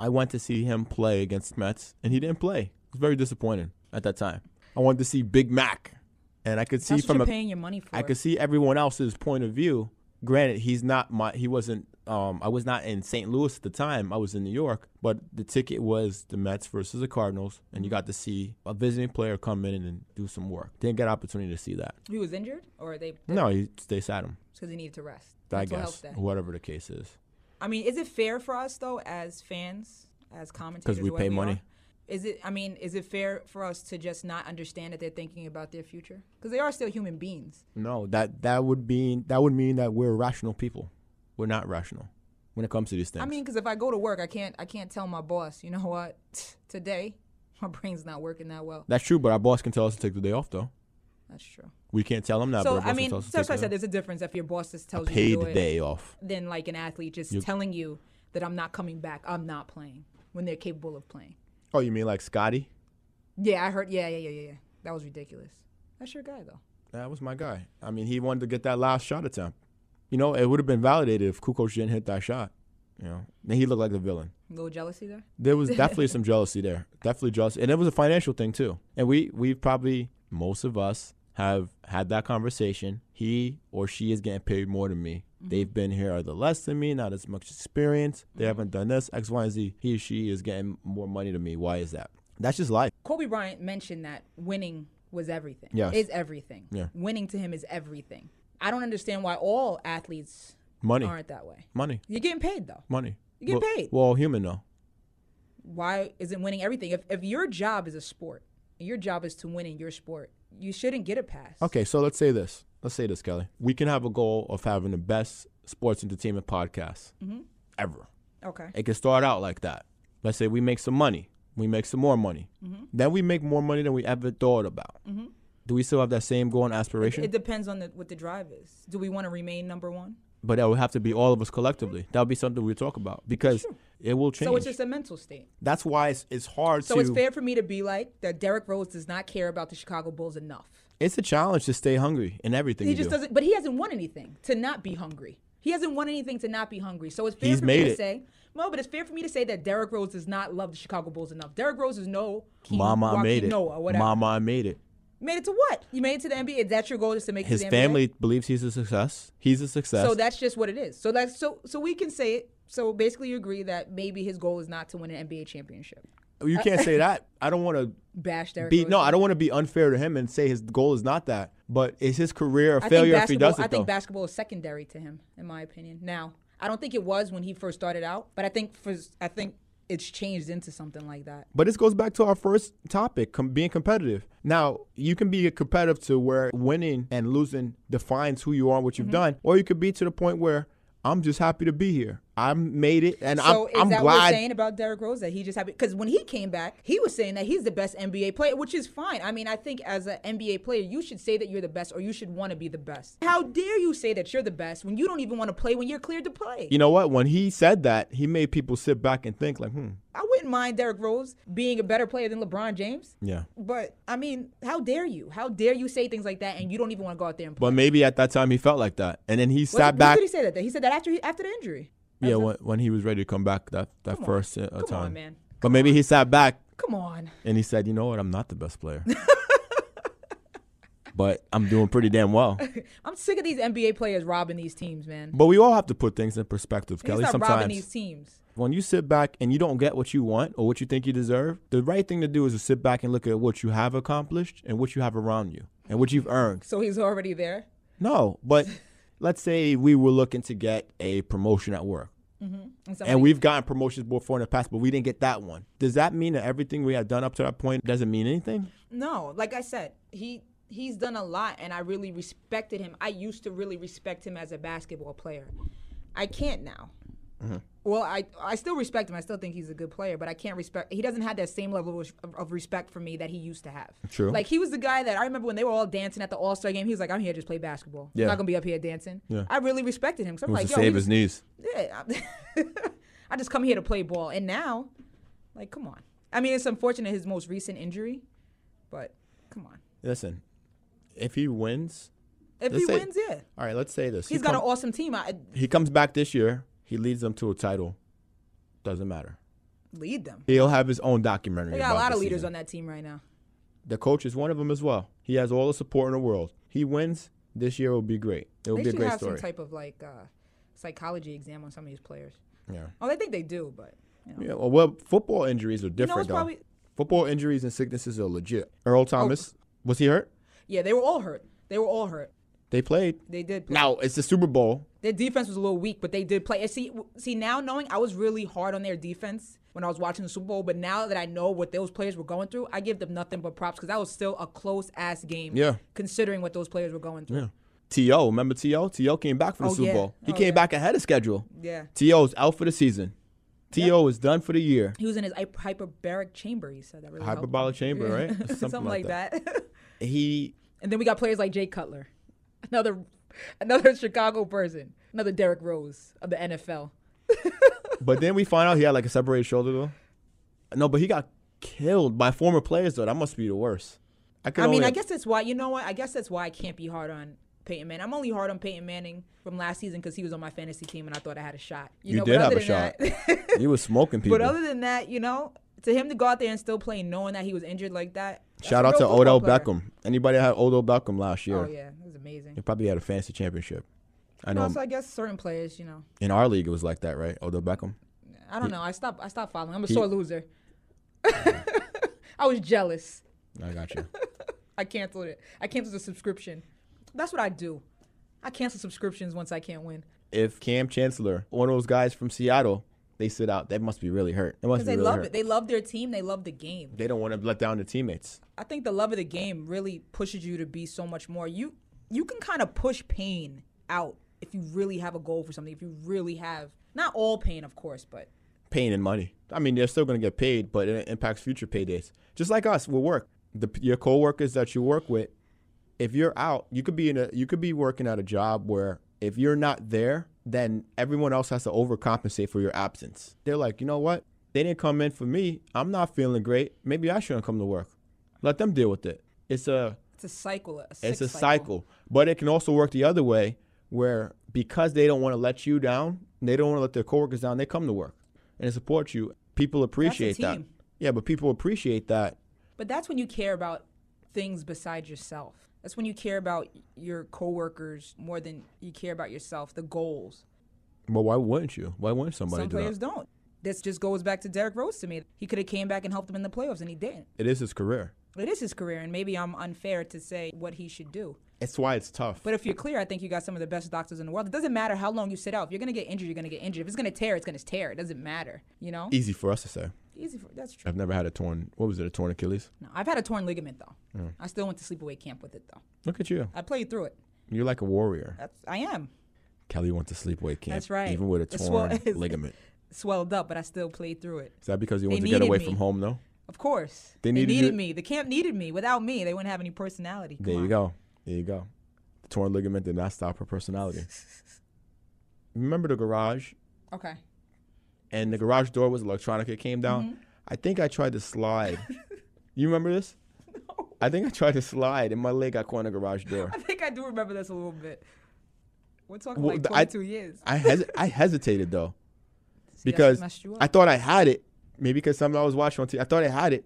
[SPEAKER 8] I went to see him play against Mets, and he didn't play. It was very disappointing at that time. I wanted to see Big Mac, and I could see
[SPEAKER 1] That's what
[SPEAKER 8] from
[SPEAKER 1] you're
[SPEAKER 8] a
[SPEAKER 1] paying your money for.
[SPEAKER 8] I could see everyone else's point of view. Granted, he's not my he wasn't um, I was not in St. Louis at the time. I was in New York, but the ticket was the Mets versus the Cardinals, and
[SPEAKER 1] Mm-hmm.
[SPEAKER 8] you got to see a visiting player come in and do some work. Didn't get an opportunity to see that.
[SPEAKER 1] He was injured, or they
[SPEAKER 8] No, he, they sat him.
[SPEAKER 1] because he needed to rest.
[SPEAKER 8] I
[SPEAKER 1] That's what
[SPEAKER 8] guess
[SPEAKER 1] helped that.
[SPEAKER 8] whatever the case is.
[SPEAKER 1] I mean, is it fair for us though, as fans, as commentators?
[SPEAKER 8] we
[SPEAKER 1] or
[SPEAKER 8] pay
[SPEAKER 1] what
[SPEAKER 8] money.
[SPEAKER 1] are? Is it? I mean, is it fair for us to just not understand that they're thinking about their future? Because they are still human beings.
[SPEAKER 8] No, that that would be that would mean that we're rational people. We're not rational when it comes to these things.
[SPEAKER 1] I mean, because if I go to work, I can't. I can't tell my boss. You know what? (laughs) Today, my brain's not working that well.
[SPEAKER 8] that's true, but our boss can tell us to take the day off, though.
[SPEAKER 1] That's true.
[SPEAKER 8] We can't tell him that. but
[SPEAKER 1] So
[SPEAKER 8] our boss
[SPEAKER 1] I
[SPEAKER 8] can
[SPEAKER 1] mean,
[SPEAKER 8] tell us
[SPEAKER 1] so
[SPEAKER 8] to
[SPEAKER 1] that's
[SPEAKER 8] take
[SPEAKER 1] why I
[SPEAKER 8] the
[SPEAKER 1] said
[SPEAKER 8] day
[SPEAKER 1] there's a difference if your boss just
[SPEAKER 8] off.
[SPEAKER 1] tells you
[SPEAKER 8] paid
[SPEAKER 1] to do it,
[SPEAKER 8] day off.
[SPEAKER 1] than like an athlete just telling you that I'm not coming back. I'm not playing when they're capable of playing.
[SPEAKER 8] Oh, you mean like Scotty?
[SPEAKER 1] Yeah, I heard. Yeah, yeah, yeah, yeah. yeah. That was ridiculous. That's your guy though.
[SPEAKER 8] That was my guy. I mean, he wanted to get that last shot attempt. You know, it would have been validated if Kukoc didn't hit that shot. You know, then he looked like the villain.
[SPEAKER 1] A little jealousy there.
[SPEAKER 8] There
[SPEAKER 1] (laughs)
[SPEAKER 8] was definitely some jealousy there. Definitely jealousy, and it was a financial thing too. And we we probably most of us have had that conversation. He or she is getting paid more than me.
[SPEAKER 1] Mm-hmm.
[SPEAKER 8] They've been here either less than me, not as much experience. They haven't done this X, Y, and Z. He or she is getting more money than me. Why is that? That's just life.
[SPEAKER 1] Kobe Bryant mentioned that winning was everything.
[SPEAKER 8] Yes.
[SPEAKER 1] Is everything.
[SPEAKER 8] Yeah.
[SPEAKER 1] Winning to him is everything. I don't understand why all athletes
[SPEAKER 8] Money,
[SPEAKER 1] aren't that way.
[SPEAKER 8] money,
[SPEAKER 1] You're getting paid though.
[SPEAKER 8] money.
[SPEAKER 1] You get
[SPEAKER 8] Well-
[SPEAKER 1] paid.
[SPEAKER 8] Well, human though.
[SPEAKER 1] Why isn't winning everything? If if your job is a sport, your job is to win in your sport, you shouldn't get a pass.
[SPEAKER 8] Okay, so let's say this. Let's say this, Kelly. We can have a goal of having the best sports entertainment podcast
[SPEAKER 1] Mm-hmm.
[SPEAKER 8] ever.
[SPEAKER 1] Okay.
[SPEAKER 8] It can start out like that. Let's say we make some money. We make some more money.
[SPEAKER 1] Mm-hmm.
[SPEAKER 8] Then we make more money than we ever thought about. Do we still have that same goal and aspiration?
[SPEAKER 1] It depends on the, what the drive is. Do we want to remain number one?
[SPEAKER 8] but that would have to be all of us collectively. That would be something we talk about because it will change.
[SPEAKER 1] So it's just a mental state.
[SPEAKER 8] That's why it's, it's hard
[SPEAKER 1] So
[SPEAKER 8] to.
[SPEAKER 1] it's fair for me to be like that. Derrick Rose does not care about the Chicago Bulls enough.
[SPEAKER 8] It's a challenge to stay hungry in everything.
[SPEAKER 1] He
[SPEAKER 8] you
[SPEAKER 1] just
[SPEAKER 8] do.
[SPEAKER 1] doesn't. But he hasn't won anything to not be hungry. He hasn't won anything to not be hungry. So it's fair
[SPEAKER 8] He's
[SPEAKER 1] for
[SPEAKER 8] made
[SPEAKER 1] me to
[SPEAKER 8] it.
[SPEAKER 1] say. No, but it's fair for me to say that Derrick Rose does not love the Chicago Bulls enough. Derrick Rose is no Keem
[SPEAKER 8] Mama I made
[SPEAKER 1] Joaquin
[SPEAKER 8] it.
[SPEAKER 1] Noah, whatever.
[SPEAKER 8] Mama I made it.
[SPEAKER 1] Made it to what? You made it to the NBA. Is that your goal? Just to make it
[SPEAKER 8] His
[SPEAKER 1] to the
[SPEAKER 8] family believes he's a success. He's a
[SPEAKER 1] NBA?
[SPEAKER 8] success.
[SPEAKER 1] So that's just what it is. So that's so so we can say it. So basically, you agree that maybe his goal is not to win an NBA championship.
[SPEAKER 8] You can't say that. I don't want to
[SPEAKER 1] Bash Derrick
[SPEAKER 8] be.
[SPEAKER 1] Rose.
[SPEAKER 8] No, I don't want to be unfair to him and say his goal is not that. But is his career a
[SPEAKER 1] I
[SPEAKER 8] failure
[SPEAKER 1] think
[SPEAKER 8] if he
[SPEAKER 1] basketball-
[SPEAKER 8] does it
[SPEAKER 1] I
[SPEAKER 8] though?
[SPEAKER 1] think basketball is secondary to him, in my opinion. Now, I don't think it was when he first started out, but I think for I think it's changed into something like that.
[SPEAKER 8] but this goes back to our first topic: com- being competitive. Now you can be competitive to where winning and losing defines who you are, and what
[SPEAKER 1] Mm-hmm.
[SPEAKER 8] you've done, or you could be to the point where I'm just happy to be here. I made it, and
[SPEAKER 1] so
[SPEAKER 8] I'm,
[SPEAKER 1] is
[SPEAKER 8] I'm
[SPEAKER 1] that what
[SPEAKER 8] glad.
[SPEAKER 1] we're saying about Derrick Rose that he just happened? Because when he came back, he was saying that he's the best NBA player, which is fine. I mean, I think as an NBA player, you should say that you're the best, or you should want to be the best. How dare you say that you're the best when you don't even want to play when you're cleared to play?
[SPEAKER 8] you know what? When he said that, he made people sit back and think, like, hmm,
[SPEAKER 1] I wouldn't mind Derrick Rose being a better player than LeBron James.
[SPEAKER 8] yeah.
[SPEAKER 1] But I mean, how dare you? How dare you say things like that and you don't even want to go out there and play?
[SPEAKER 8] But maybe at that time he felt like that, and then he
[SPEAKER 1] What-
[SPEAKER 8] sat
[SPEAKER 1] when
[SPEAKER 8] back.
[SPEAKER 1] did he say that? He said that after he, after the injury.
[SPEAKER 8] Yeah, when, when he was ready to come back that, that first uh,
[SPEAKER 1] Come
[SPEAKER 8] time.
[SPEAKER 1] on, man.
[SPEAKER 8] But maybe he sat back
[SPEAKER 1] Come on.
[SPEAKER 8] and he said, "You know what? I'm not the
[SPEAKER 1] (laughs)
[SPEAKER 8] best player, but I'm doing pretty damn well."
[SPEAKER 1] I'm sick of these NBA players robbing these teams, man.
[SPEAKER 8] But we all have to put things in perspective,
[SPEAKER 1] Can you
[SPEAKER 8] Kelly.
[SPEAKER 1] stop robbing
[SPEAKER 8] Sometimes
[SPEAKER 1] these teams.
[SPEAKER 8] when you sit back and you don't get what you want or what you think you deserve, the right thing to do is to sit back and look at what you have accomplished and what you have around you and what you've earned.
[SPEAKER 1] So he's already there.
[SPEAKER 8] No,
[SPEAKER 1] (laughs)
[SPEAKER 8] but let's say we were looking to get a promotion at work.
[SPEAKER 1] And, somebody-
[SPEAKER 8] And we've gotten promotions before in the past, but we didn't get that one. Does that mean that everything we have done up to that point doesn't mean anything?
[SPEAKER 1] no, like I said, he he's done a lot, and I really respected him. I used to really respect him as a basketball player. I can't now.
[SPEAKER 8] Mm-hmm.
[SPEAKER 1] Well, I I still respect him. I still think he's a good player, but I can't respect. He doesn't have that same level of, of respect for me that he used to have.
[SPEAKER 8] True.
[SPEAKER 1] Like he was the guy that I remember when they were all dancing at the All Star game. He was like, "I'm here to just play basketball.
[SPEAKER 8] Yeah.
[SPEAKER 1] I'm not gonna be up here dancing."
[SPEAKER 8] Yeah.
[SPEAKER 1] I really respected him. 'cause I'm like,
[SPEAKER 8] to
[SPEAKER 1] yo,
[SPEAKER 8] save
[SPEAKER 1] he-
[SPEAKER 8] his knees.
[SPEAKER 1] yeah, I'm- I (laughs) just come here to play ball. And now, like, come on. I mean, it's unfortunate his most recent injury, but come on.
[SPEAKER 8] Listen, if he wins,
[SPEAKER 1] If
[SPEAKER 8] Let's
[SPEAKER 1] he
[SPEAKER 8] say-
[SPEAKER 1] wins, yeah,
[SPEAKER 8] all right, let's say this.
[SPEAKER 1] he's
[SPEAKER 8] he
[SPEAKER 1] got an
[SPEAKER 8] come-
[SPEAKER 1] awesome team. I
[SPEAKER 8] he comes back this year. He leads them to a title. Doesn't matter.
[SPEAKER 1] lead them.
[SPEAKER 8] He'll have his own documentary.
[SPEAKER 1] They got a lot of leaders on that team right now.
[SPEAKER 8] The coach is one of them as well. He has all the support in the world. He wins this year will be great. It will
[SPEAKER 1] They
[SPEAKER 8] be a
[SPEAKER 1] should
[SPEAKER 8] great
[SPEAKER 1] have
[SPEAKER 8] story.
[SPEAKER 1] some type of like uh, psychology exam on some of these players.
[SPEAKER 8] Yeah.
[SPEAKER 1] Oh, they think they do, but you know.
[SPEAKER 8] Yeah, well, well, football injuries are different,
[SPEAKER 1] it's
[SPEAKER 8] though.
[SPEAKER 1] probably- Oh.
[SPEAKER 8] Football injuries and sicknesses are legit. Earl Thomas, was he hurt?
[SPEAKER 1] yeah, they were all hurt. They were all hurt.
[SPEAKER 8] They played.
[SPEAKER 1] They did. play.
[SPEAKER 8] Now, it's the Super Bowl.
[SPEAKER 1] Their defense was a little weak, but they did play. And see, w- see now knowing I was really hard on their defense when I was watching the Super Bowl, but now that I know what those players were going through, I give them nothing but props because that was still a close ass game.
[SPEAKER 8] Yeah.
[SPEAKER 1] Considering what those players were going through.
[SPEAKER 8] T.O., remember T.O.? T.O. came back for the
[SPEAKER 1] Oh,
[SPEAKER 8] Super
[SPEAKER 1] yeah.
[SPEAKER 8] Bowl. He
[SPEAKER 1] Oh,
[SPEAKER 8] came
[SPEAKER 1] yeah.
[SPEAKER 8] back ahead of schedule.
[SPEAKER 1] Yeah.
[SPEAKER 8] T.O. is out for the season. T.O. is done for the year.
[SPEAKER 1] He was in his hy- hyperbaric chamber. He said that really helped.
[SPEAKER 8] Hyperbolic
[SPEAKER 1] (laughs)
[SPEAKER 8] chamber, right? Something,
[SPEAKER 1] something, like that. (laughs)
[SPEAKER 8] He
[SPEAKER 1] and then we got players like Jay Cutler, (laughs) another another Chicago person, another Derrick Rose of the NFL.
[SPEAKER 8] But then we find out he had like a separated shoulder though. No, but he got killed by former players though. That must be the worst. could
[SPEAKER 1] I mean,
[SPEAKER 8] only-
[SPEAKER 1] I guess that's why. You know what? I guess that's why I can't be hard on Peyton Manning. I'm only hard on Peyton Manning from last season because he was on my fantasy team and I thought I had a shot.
[SPEAKER 8] You
[SPEAKER 1] know,
[SPEAKER 8] did
[SPEAKER 1] but
[SPEAKER 8] have
[SPEAKER 1] other
[SPEAKER 8] a shot.
[SPEAKER 1] than that-
[SPEAKER 8] (laughs)
[SPEAKER 1] (laughs)
[SPEAKER 8] he was smoking people.
[SPEAKER 1] but other than that, you know, to him to go out there and still play knowing that he was injured like that. that's
[SPEAKER 8] Shout
[SPEAKER 1] a
[SPEAKER 8] out
[SPEAKER 1] real
[SPEAKER 8] to
[SPEAKER 1] football
[SPEAKER 8] Odell
[SPEAKER 1] player.
[SPEAKER 8] Beckham. Anybody that had Odell Beckham last year?
[SPEAKER 1] Oh yeah, it was amazing.
[SPEAKER 8] He probably had a fantasy championship. I
[SPEAKER 1] And
[SPEAKER 8] know
[SPEAKER 1] also, I guess certain players, you know,
[SPEAKER 8] in our league it was like that, right? Odell Beckham.
[SPEAKER 1] I don't know. I stopped. I stopped following. I'm a sore loser. (laughs) I was jealous.
[SPEAKER 8] I got
[SPEAKER 1] (laughs)
[SPEAKER 8] you.
[SPEAKER 1] I canceled it. I canceled the subscription. That's what I do. I cancel subscriptions once I can't win.
[SPEAKER 8] if Cam Chancellor, one of those guys from Seattle, they sit out, that must be really hurt. It
[SPEAKER 1] Because
[SPEAKER 8] must be
[SPEAKER 1] they
[SPEAKER 8] really
[SPEAKER 1] love
[SPEAKER 8] hurt.
[SPEAKER 1] it. They love their team. They love the game.
[SPEAKER 8] They don't want to let down the teammates.
[SPEAKER 1] I think the love of the game really pushes you to be so much more. You you can kind of push pain out if you really have a goal for something. If you really have not all pain, of course, but
[SPEAKER 8] Paying and money. I mean, they're still going to get paid, but it impacts future paydays. Just like us, we'll work. The, your coworkers that you work with, if you're out, you could be in a, you could be working at a job where if you're not there, then everyone else has to overcompensate for your absence. They're like, you know what? They didn't come in for me. I'm not feeling great. Maybe I shouldn't come to work. Let them deal with it. It's a
[SPEAKER 1] it's a cycle. A sick
[SPEAKER 8] it's a cycle. But it can also work the other way where because they don't want to let you down, they don't want to let their coworkers down, they come to work and support you. People appreciate that.
[SPEAKER 1] team.
[SPEAKER 8] Yeah, but people appreciate that.
[SPEAKER 1] But that's when you care about things besides yourself. That's when you care about your coworkers more than you care about yourself. The goals.
[SPEAKER 8] Well, why wouldn't you? Why wouldn't somebody
[SPEAKER 1] Some
[SPEAKER 8] do
[SPEAKER 1] players
[SPEAKER 8] that?
[SPEAKER 1] don't. This just goes back to Derrick Rose to me. He could have came back and helped him in the playoffs, and he didn't.
[SPEAKER 8] It is his career.
[SPEAKER 1] It is his career, and maybe I'm unfair to say what he should do.
[SPEAKER 8] That's why it's tough.
[SPEAKER 1] But if you're clear, I think you got some of the best doctors in the world. It doesn't matter how long you sit out. If you're gonna get injured, you're gonna get injured. If it's gonna tear, it's gonna tear. It doesn't matter. You know,
[SPEAKER 8] Easy for us to say.
[SPEAKER 1] easy. For, that's true.
[SPEAKER 8] I've never had a torn. What was it? A torn Achilles.
[SPEAKER 1] No, I've had a torn ligament though.
[SPEAKER 8] Mm.
[SPEAKER 1] I still went to sleepaway camp with it though.
[SPEAKER 8] Look at you.
[SPEAKER 1] I played through it.
[SPEAKER 8] You're like a warrior.
[SPEAKER 1] That's, I am
[SPEAKER 8] Kelly went to sleepaway camp.
[SPEAKER 1] That's right.
[SPEAKER 8] Even with a
[SPEAKER 1] That's what (laughs)
[SPEAKER 8] torn
[SPEAKER 1] it is.
[SPEAKER 8] ligament.
[SPEAKER 1] swelled up, but I still played through it.
[SPEAKER 8] Is that because you
[SPEAKER 1] They
[SPEAKER 8] wanted to get
[SPEAKER 1] needed
[SPEAKER 8] away
[SPEAKER 1] me.
[SPEAKER 8] from home? No.
[SPEAKER 1] Of course,
[SPEAKER 8] They
[SPEAKER 1] they
[SPEAKER 8] needed
[SPEAKER 1] needed,
[SPEAKER 8] you-
[SPEAKER 1] me. The camp needed me. Without me, they wouldn't have any personality. Come
[SPEAKER 8] There you
[SPEAKER 1] on.
[SPEAKER 8] go. There you go. The torn ligament did not stop
[SPEAKER 1] (laughs)
[SPEAKER 8] her personality. Remember the garage?
[SPEAKER 1] Okay. (laughs)
[SPEAKER 8] And the garage door was electronic. It came
[SPEAKER 1] Mm-hmm.
[SPEAKER 8] down. I think I tried to slide. you remember this?
[SPEAKER 1] (laughs)
[SPEAKER 8] I think I tried to slide and my leg got caught in the
[SPEAKER 1] (laughs)
[SPEAKER 8] garage door.
[SPEAKER 1] I think I do remember this a little bit. We're talking
[SPEAKER 8] Well,
[SPEAKER 1] like
[SPEAKER 8] the- I-
[SPEAKER 1] 22 years.
[SPEAKER 8] I, hes- I hesitated though
[SPEAKER 1] See, that's what
[SPEAKER 8] because
[SPEAKER 1] messed you up.
[SPEAKER 8] I thought I had it. Maybe because something I was watching on TV. I thought I had it.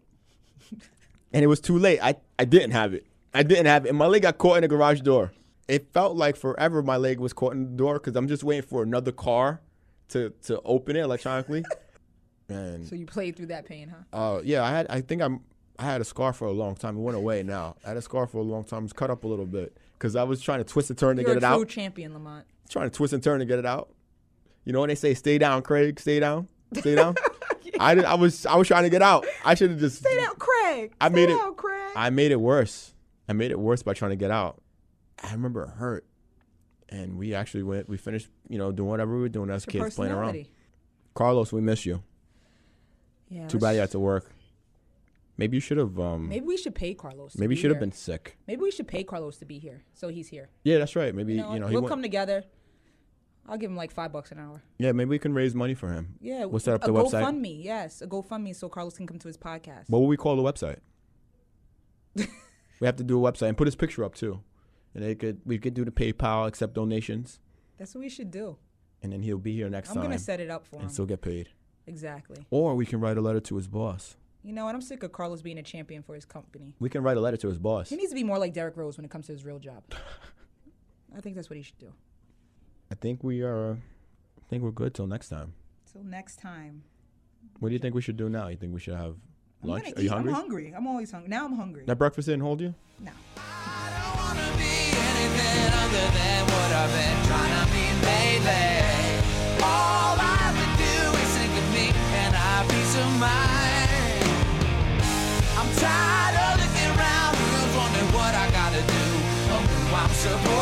[SPEAKER 1] (laughs)
[SPEAKER 8] and it was too late. I, I didn't have it. I didn't have it. And my leg got caught in the garage door. It felt like forever my leg was caught in the door because I'm just waiting for another car to, to open it
[SPEAKER 1] (laughs)
[SPEAKER 8] electronically. and
[SPEAKER 1] so you played through that pain, huh?
[SPEAKER 8] uh, yeah, I had. I think I'm. I had a scar for a long time. It went away now. I had a scar for a long time. It's cut up a little bit because I was trying to twist and turn to
[SPEAKER 1] You're
[SPEAKER 8] get
[SPEAKER 1] a
[SPEAKER 8] it
[SPEAKER 1] true
[SPEAKER 8] out.
[SPEAKER 1] champion, Lamont.
[SPEAKER 8] trying to twist and turn to get it out. You know when they say stay down, Craig, stay down,
[SPEAKER 1] (laughs)
[SPEAKER 8] stay down. I did, I was I was trying to get out. I should have just
[SPEAKER 1] Stay down, Craig.
[SPEAKER 8] I made
[SPEAKER 1] Stay
[SPEAKER 8] it.
[SPEAKER 1] down, Craig.
[SPEAKER 8] I made it worse. I made it worse by trying to get out. I remember it hurt, and we actually went. We finished, you know, doing whatever we were doing as
[SPEAKER 1] Your
[SPEAKER 8] kids playing around.
[SPEAKER 1] personality.
[SPEAKER 8] Carlos, we miss you.
[SPEAKER 1] Yeah,
[SPEAKER 8] Too
[SPEAKER 1] let's-
[SPEAKER 8] bad you had to work. Maybe you should have. Um,
[SPEAKER 1] (laughs)
[SPEAKER 8] maybe
[SPEAKER 1] Maybe we should pay Carlos. to
[SPEAKER 8] you
[SPEAKER 1] be
[SPEAKER 8] should have
[SPEAKER 1] here.
[SPEAKER 8] been sick.
[SPEAKER 1] Maybe we should pay Carlos to be here, so he's here.
[SPEAKER 8] Yeah, that's right. Maybe you
[SPEAKER 1] You
[SPEAKER 8] know,
[SPEAKER 1] know,
[SPEAKER 8] he
[SPEAKER 1] we'll
[SPEAKER 8] went-
[SPEAKER 1] come together. I'll give him like five bucks an hour.
[SPEAKER 8] yeah, maybe we can raise money for him.
[SPEAKER 1] Yeah,
[SPEAKER 8] we'll set up
[SPEAKER 1] a
[SPEAKER 8] the website.
[SPEAKER 1] GoFundMe, yes, a GoFundMe, so Carlos can come to his podcast.
[SPEAKER 8] What would we call the website?
[SPEAKER 1] (laughs)
[SPEAKER 8] we have to do a website and put his picture up too, and they could we could do the PayPal, accept donations,
[SPEAKER 1] That's what we should do.
[SPEAKER 8] and then he'll be here next
[SPEAKER 1] I'm
[SPEAKER 8] time
[SPEAKER 1] gonna set it up for him.
[SPEAKER 8] and still get paid.
[SPEAKER 1] exactly.
[SPEAKER 8] Or we can write a letter to his boss.
[SPEAKER 1] You know what? I'm sick of Carlos being a champion for his company.
[SPEAKER 8] We can write a letter to his boss.
[SPEAKER 1] He needs to be more like Derrick Rose
[SPEAKER 8] (laughs)
[SPEAKER 1] when it comes to his real job. I think that's what he should do.
[SPEAKER 8] I think we are think we're good till next time.
[SPEAKER 1] Till next time.
[SPEAKER 8] What do you think we should do now? You think we should have lunch?
[SPEAKER 1] I'm
[SPEAKER 8] Are
[SPEAKER 1] gonna
[SPEAKER 8] you
[SPEAKER 1] eat.
[SPEAKER 8] hungry?
[SPEAKER 1] I'm hungry. I'm always hungry. Now I'm hungry.
[SPEAKER 8] That breakfast didn't hold you?
[SPEAKER 1] No.
[SPEAKER 4] I'm tired of looking around, wondering what I gotta do, or who I'm supposed